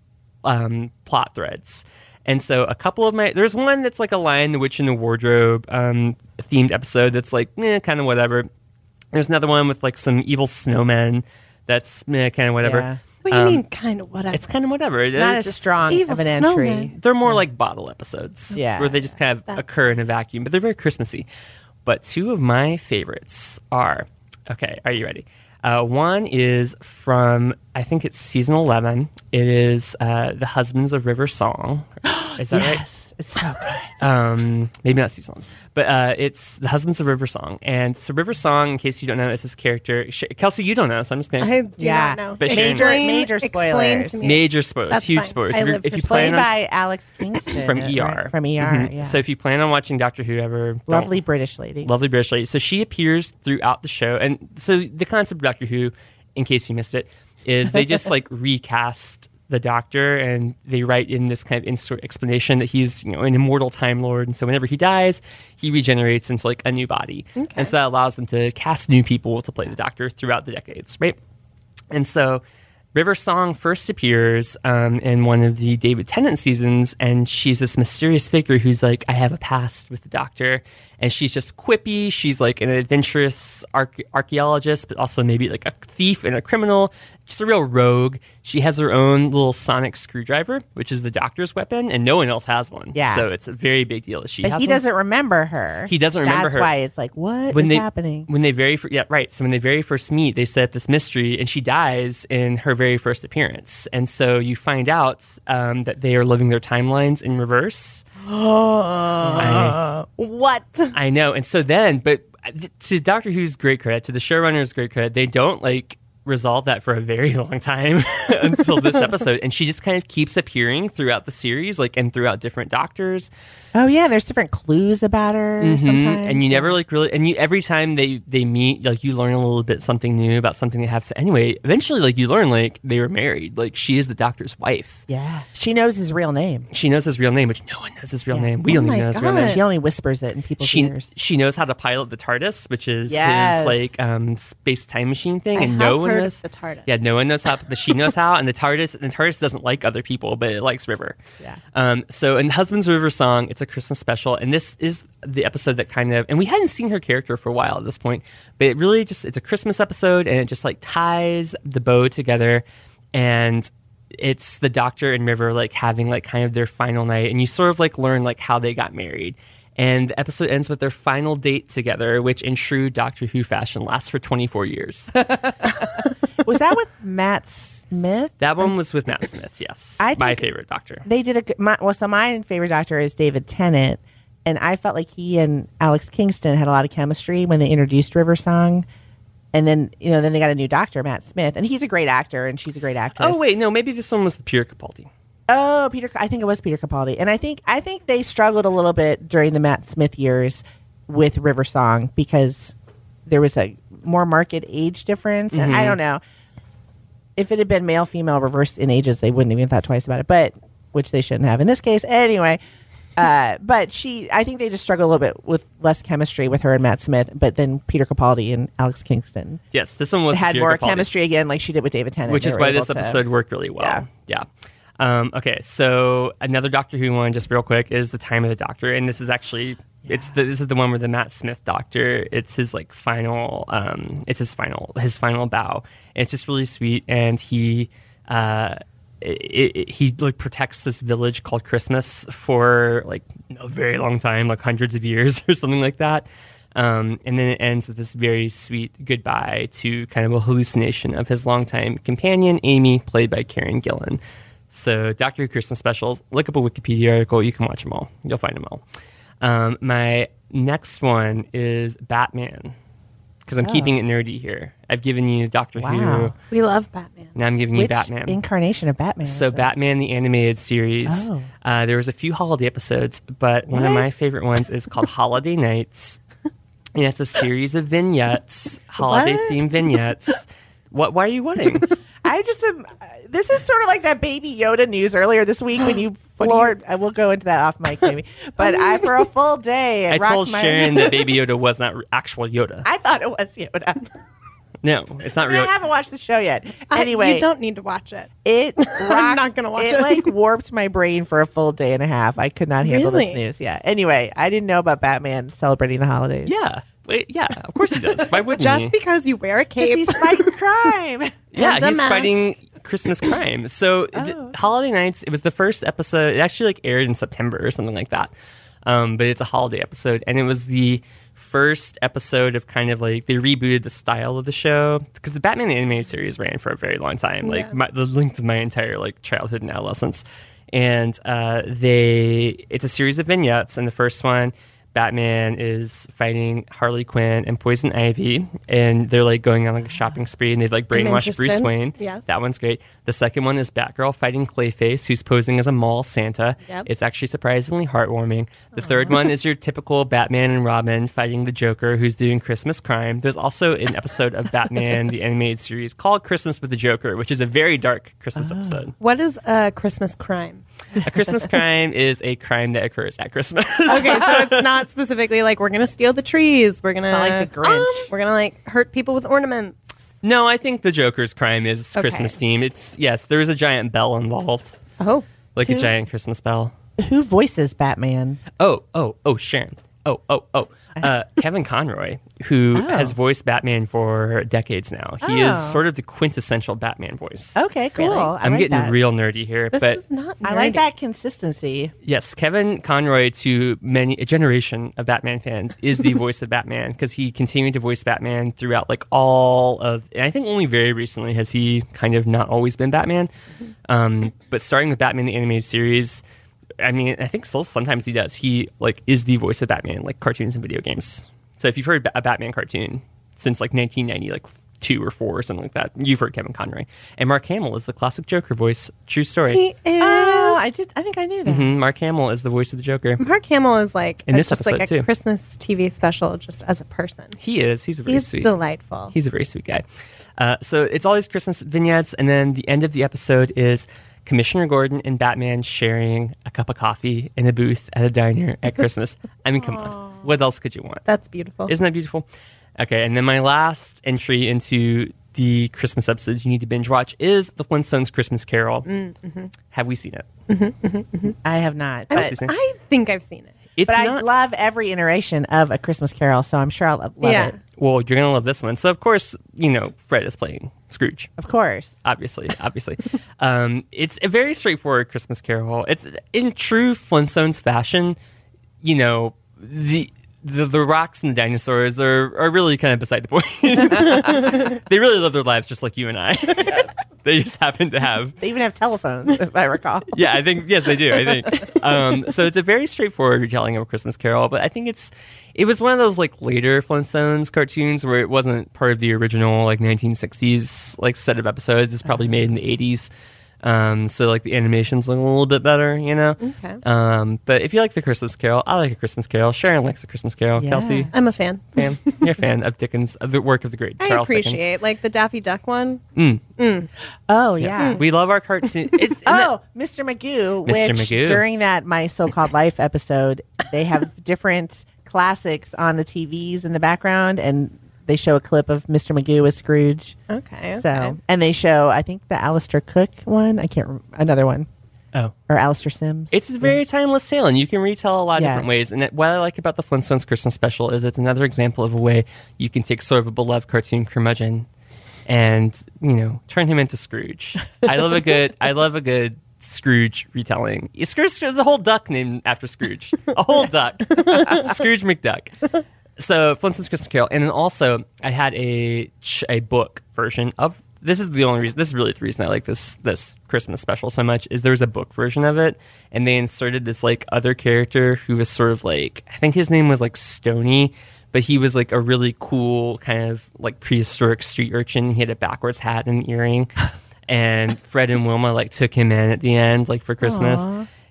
B: um, plot threads. And so a couple of my there's one that's like a Lion, the Witch, and the Wardrobe um, themed episode that's like eh, kind of whatever. There's another one with like some evil snowmen that's eh, kind of whatever.
C: Yeah.
D: What do you mean, kind of whatever?
B: um, It's kind of whatever. They're
C: Not as
B: just-
C: strong
D: evil
C: of an entry.
D: snowman.
B: They're more like bottle episodes,
C: Yeah.
B: where they just kind of occur in a vacuum, but they're very Christmassy. But two of my favorites are okay. Are you ready? Uh, one is from I think it's season eleven. It is uh, the Husbands of River Song. Is that right?
C: Yes, it's so good.
B: um, maybe not seasonal, but uh, it's the husbands of River Song. And so River Song, in case you don't know, is this character. Sh- Kelsey, you don't know, so I'm just going
D: I
B: to.
D: do
C: Yeah.
D: not know.
B: But Shane-
D: Major,
C: Major- major
D: Explain
C: spoilers.
D: to me.
B: Major spoilers,
D: That's
B: huge
D: fine.
B: spoilers.
D: I
B: If, you're-
D: live
B: if
D: for
B: you
D: spoilers.
C: Played
B: plan on,
C: by Alex Kingston
B: From
C: right?
B: ER.
C: From ER, yeah.
B: so if you plan on watching Doctor Who ever, don't-
C: lovely British lady.
B: lovely British lady. So she appears throughout the show, and so the concept of Doctor Who, in case you missed it, is they just like recast the Doctor, and they write in this kind of in- explanation that he's you know an immortal Time Lord, and so whenever he dies, he regenerates into like a new body, and so that allows them to cast new people to play the Doctor throughout the decades, right? And so River Song first appears um, in one of the David Tennant seasons, and she's this mysterious figure who's like, I have a past with the doctor. And she's just quippy. She's like an adventurous arch- archaeologist, but also maybe like a thief and a criminal, just a real rogue. She has her own little sonic screwdriver, which is the doctor's weapon, and no one else has one.
C: Yeah.
B: So it's a very big deal. that She
C: But
B: has
C: he
B: one.
C: doesn't remember her.
B: He doesn't remember
C: That's
B: her.
C: why it's like, what is
B: when they
C: happening?
B: when they very fir- yeah right so when they very first meet they set up this mystery and she dies in her very first appearance and so you find out um, that they are living their timelines in reverse I,
D: What?
B: I know and so then but uh, to Doctor Who's great credit to the showrunner's great credit they don't like resolve that for a very long time until this episode and she just kind of keeps appearing throughout the series like and throughout different doctors
C: Oh yeah, there's different clues about her sometimes.
B: Mm-hmm. and you never like really and you every time they they meet like you learn a little bit something new about something they have to anyway eventually like you learn like they were married like she is the doctor's wife
C: yeah, she knows his real name.
B: she knows his real name which no one knows his real name we
D: Oh
B: only
D: my
B: know his real
D: God.
B: name
C: She only whispers it in people's
B: she,
C: ears.
B: she knows how to pilot the TARDIS, which is his
C: Yes.
B: like um, space time machine thing,
D: I
B: and
D: have
B: no one
D: heard of
B: knows
D: the TARDIS.
B: Yeah, no one knows how, but she knows how, and the TARDIS and the TARDIS doesn't like other people, but it likes River. Yeah. Um. So in Husband's River Song, it's a Christmas special, and this is the episode that kind of, and we hadn't seen her character for a while at this point, but it really just it's a Christmas episode, and it just like ties the bow together, and it's the doctor and river like having like kind of their final night and you sort of like learn like how they got married and the episode ends with their final date together which in true doctor who fashion lasts for 24 years
C: Was that with Matt Smith?
B: that one was with matt smith yes
C: I
B: my
C: think-
B: favorite doctor
C: They did a good. My, well, so my favorite doctor is David Tennant, and I felt like he and Alex Kingston had a lot of chemistry when they introduced River Song, and then you know then they got a new doctor, Matt Smith, and he's a great actor and she's a great actress.
B: oh wait no maybe this one was the pure capaldi
C: Oh, Peter. I think it was Peter Capaldi, and I think I think they struggled a little bit during the Matt Smith years with River Song because there was a more marked age difference, and
B: Mm-hmm.
C: I don't know if it had been male female reversed in ages, they wouldn't have even thought twice about it, but which they shouldn't have in this case anyway. Uh, but she, I think they just struggled a little bit with less chemistry with her and Matt Smith, but then Peter Capaldi and Alex Kingston
B: yes this one was the
C: had
B: Pure
C: more
B: Capaldi.
C: chemistry again, like she did with David Tennant,
B: which
C: They
B: is
C: were
B: why
C: able
B: this
C: to-
B: episode worked really well. Yeah. Um, okay, so another Doctor Who one, just real quick, is the Time of the Doctor, and this is actually it's the, this is the one where the Matt Smith Doctor. It's his like final, um, it's his final his final bow. And it's just really sweet, and he. Uh, it, it, he like protects this village called Christmas for like a very long time, like hundreds of years or something like that. Um, and then it ends with this very sweet goodbye to kind of a hallucination of his longtime companion, Amy, played by Karen Gillan. So, Doctor Who Christmas specials, look up a Wikipedia article. You can watch them all, you'll find them all. Um, my next one is Batman, because I'm keeping it nerdy here. I've given you Doctor Who,
C: Oh. Wow.
D: We love Batman.
B: now I'm giving you
C: Which
B: Batman.
C: incarnation of Batman? is
B: So
C: this?
B: Batman the animated series.
C: Oh.
B: Uh, there was a few holiday episodes, but one of
C: What?
B: my favorite ones is called Holiday Nights. And it's a series of vignettes, holiday themed vignettes. What why are you wanting?
C: I just am. This is sort of like that Baby Yoda news earlier this week when you floored. I will go into that off mic maybe, but I for a full day.
B: I
C: it rocked
B: told
C: my-
B: Sharon that Baby Yoda was not re- actual Yoda.
C: I thought it was Yoda.
B: No, it's not real.
C: I haven't watched the show yet.
D: I-
C: Anyway,
D: you don't need to watch it.
B: Mm-hmm.
C: it rocked,
D: I'm not gonna watch it.
C: like warped my brain for a full day and a half. I could not handle
D: Really?
C: this news. Yeah. Anyway, I didn't know about Batman celebrating the holidays.
B: Yeah, Wait, yeah. Of course he does. Why wouldn't he?
D: Just because you wear a
C: Because
D: cape.
C: he's fighting crime.
B: Yeah,
D: And a
B: he's
D: mask. Oh.
B: fighting Christmas crime. So th- holiday nights. It was the first episode. It actually like aired in September or something like that. Um, but it's a holiday episode, and it was the first episode of kind of like they rebooted the style of the show because the Batman animated series ran for a very long time, like my, the length of my entire like childhood and adolescence. And uh, they, it's a series of vignettes, and the first one Batman is fighting Harley Quinn and Poison Ivy, and they're like going on like a shopping spree, and they've like brainwashed Bruce
D: interested.
B: Wayne.
D: Yes.
B: that one's great. The second one is Batgirl fighting Clayface, who's posing as a mall Santa.
D: Yep.
B: It's actually surprisingly heartwarming. The third one is your typical Batman and Robin fighting the Joker, who's doing Christmas crime. There's also an episode of Batman the animated series called Christmas with the Joker, which is a very dark
D: Ah.
B: Christmas episode.
D: what is a Christmas crime?
B: A Christmas crime is a crime that occurs at Christmas.
D: Okay, so it's not specifically like we're gonna steal the trees. We're gonna um,
C: not like the Grinch.
D: we're gonna like hurt people with ornaments.
B: No, I think the Joker's crime is
D: Okay.
B: Christmas themed. It's yes, there is a giant bell involved,
D: Oh,
B: like a giant Christmas bell.
C: Who voices Batman?
B: Oh, oh, oh, Sharon. Oh, oh, oh. Uh, Kevin Conroy, who has voiced Batman for decades now. He
C: Oh.
B: is sort of the quintessential Batman voice.
C: Okay, cool. I
B: am
C: like
B: getting
C: that.
B: real nerdy here,
D: this
B: but
D: is not.
C: I like
D: nerdy.
C: that consistency.
B: yes, Kevin Conroy to many a generation of Batman fans is the voice of Batman because he continued to voice Batman throughout like all of and I think only very recently has he kind of not always been Batman. Um, but starting with Batman the animated series, I mean, I think still sometimes he does. He like is the voice of Batman in, like cartoons and video games. So if you've heard ba- a Batman cartoon since like 1990 like f- 2 or 4 or something like that, you've heard Kevin Conroy. And Mark Hamill is the classic Joker voice. True story.
D: He is.
C: Oh, I did. I think I knew that.
B: Mhm, Mark Hamill is the voice of the Joker.
D: Mark Hamill is like
B: In
D: a-
B: this
D: just like a
B: episode, too.
D: Christmas TV special, just as a person.
B: He is. He's a very
D: He's
B: sweet.
D: delightful.
B: He's a very sweet guy. Uh, so it's all these Christmas vignettes, and then the end of the episode is Commissioner Gordon and Batman sharing a cup of coffee in a booth at a diner at Christmas. I mean, come on, what else could you want?
D: That's beautiful.
B: Isn't that beautiful? Okay, and then my last entry into the Christmas episodes you need to binge watch is The Flintstones Christmas Carol. Have we seen it?
C: I have not.
D: I,
C: But,
D: mean, I think I've seen it.
B: It's
C: but I
B: not-
C: love every iteration of A Christmas Carol, so I'm sure I'll love
D: yeah.
C: it.
B: Well, you're gonna love this one. So of course, you know Fred is playing Scrooge.
C: Of course.
B: obviously, obviously. um, it's a very straightforward Christmas carol. It's in true Flintstones fashion. You know, the the, the rocks and the dinosaurs are, are really kind of beside the point. they really live their lives just like you and I. they just happen to have
C: They even have telephones, if I recall.
B: yeah, I think yes, they do. I think um, so. It's a very straightforward retelling of a Christmas Carol, but I think it's it was one of those like later Flintstones cartoons where it wasn't part of the original like 1960s like set of episodes. It's probably made in the 80s, um, so like the animations look a little bit better, you know.
D: Okay.
B: Um, but if you like the Christmas Carol, I like a Christmas Carol. Sharon likes the Christmas Carol.
C: Yeah.
B: Kelsey,
D: I'm a fan.
B: fam, you're a fan of Dickens of the work of the great
D: I
B: Charles Dickens. Mm-hmm.
D: appreciate like the Daffy Duck one.
C: Oh, yeah.
B: We love our cartoon. It's
D: Uh,
C: Oh, Mr. Magoo,
B: Mr.
C: which
B: Magoo.
C: during that My So-Called Life episode, they have different classics on the TVs in the background, and they show a clip of Mr. Magoo as Scrooge.
D: Okay, okay.
C: So, and they show, I think, the Alistair Cook one. I can't remember. Another one.
B: oh.
C: Or Alistair Sims.
B: It's a very timeless tale, and you can retell a lot of
C: Yes.
B: different ways. And what I like about the Flintstones Christmas special is it's another example of a way you can take sort of a beloved cartoon curmudgeon and you know turn him into Scrooge. I love a good. I love a good. Scrooge retelling. Scrooge there's a whole duck named after Scrooge. A whole duck. Scrooge McDuck. So Flintstones Christmas Carol, and then also I had a ch- a book version of this is the only reason this is really the reason I like this this Christmas special so much is there was a book version of it, and they inserted this like other character who was sort of like I think his name was like Stony, but he was like a really cool kind of like prehistoric street urchin. He had a backwards hat and an earring, and Fred and Wilma like took him in at the end like for Christmas.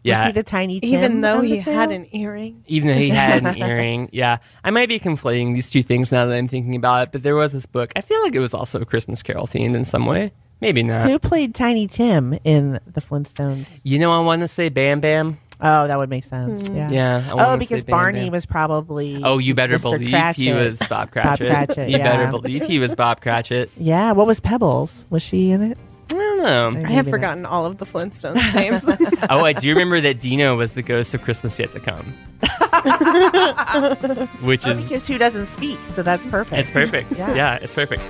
B: Yeah,
C: Was he the Tiny Tim?
D: Even though
C: of the
D: he
C: two?
D: had an earring.
B: even though he had an earring. Yeah, I might be conflating these two things now that I'm thinking about it. But there was this book. I feel like it was also a Christmas Carol themed in some way. Maybe not.
C: Who played Tiny Tim in the Flintstones?
B: You know, I want to say Bam Bam.
C: Oh, that would make sense. Yeah.
B: Yeah, I wanna
C: Oh, because
B: say Bam
C: Barney
B: Bam.
C: was probably.
B: Oh, you better
C: Mr.
B: believe he
C: Cratchit.
B: was Bob Cratchit.
C: Cratchit,
B: you
C: yeah.
B: better believe he was Bob Cratchit.
C: Yeah. What was Pebbles? Was she in it?
B: I don't know.
D: I have
C: Maybe not.
D: forgotten all of the Flintstones names.
B: oh, I do remember that Dino was the ghost of Christmas yet to come, which is
C: Oh, Because who doesn't speak? So that's perfect.
B: it's perfect.
C: Yeah.
B: yeah, it's perfect.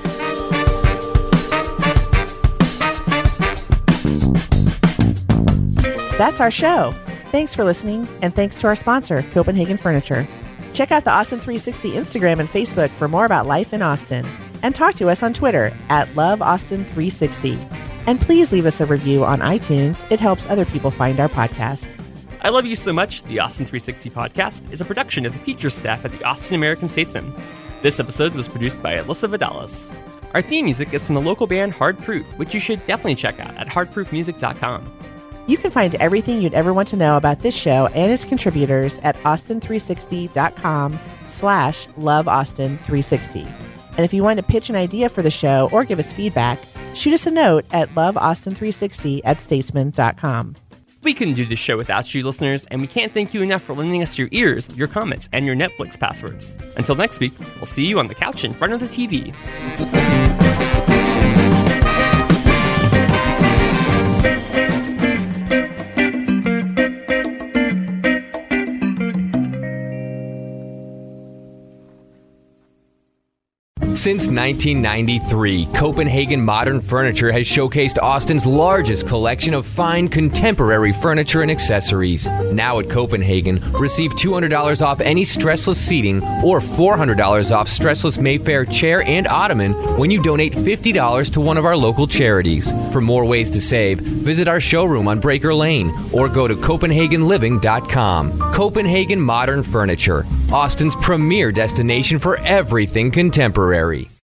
C: That's our show. Thanks for listening, and thanks to our sponsor, Copenhagen Furniture. Check out the Austin 360 Instagram and Facebook for more about life in Austin. And talk to us on Twitter at LoveAustin360. And please leave us a review on iTunes. It helps other people find our podcast.
B: I Love You So Much, the Austin 360 podcast, is a production of the feature staff at the Austin American Statesman. This episode was produced by Alyssa Vidalis. Our theme music is from the local band Hard Proof, which you should definitely check out at hardproofmusic.com.
C: You can find everything you'd ever want to know about this show and its contributors at austin360.com slash loveaustin360. And if you want to pitch an idea for the show or give us feedback, shoot us a note at loveaustin360 at statesman.com.
B: We couldn't do this show without you, listeners, and we can't thank you enough for lending us your ears, your comments, and your Netflix passwords. Until next week, we'll see you on the couch in front of the TV.
A: Since 1993, Copenhagen Modern Furniture has showcased Austin's largest collection of fine contemporary furniture and accessories. Now at Copenhagen, receive $200 off any stressless seating or $400 off stressless Mayfair chair and ottoman when you donate $50 to one of our local charities. For more ways to save, visit our showroom on Breaker Lane or go to CopenhagenLiving.com. Copenhagen Modern Furniture, Austin's premier destination for everything contemporary.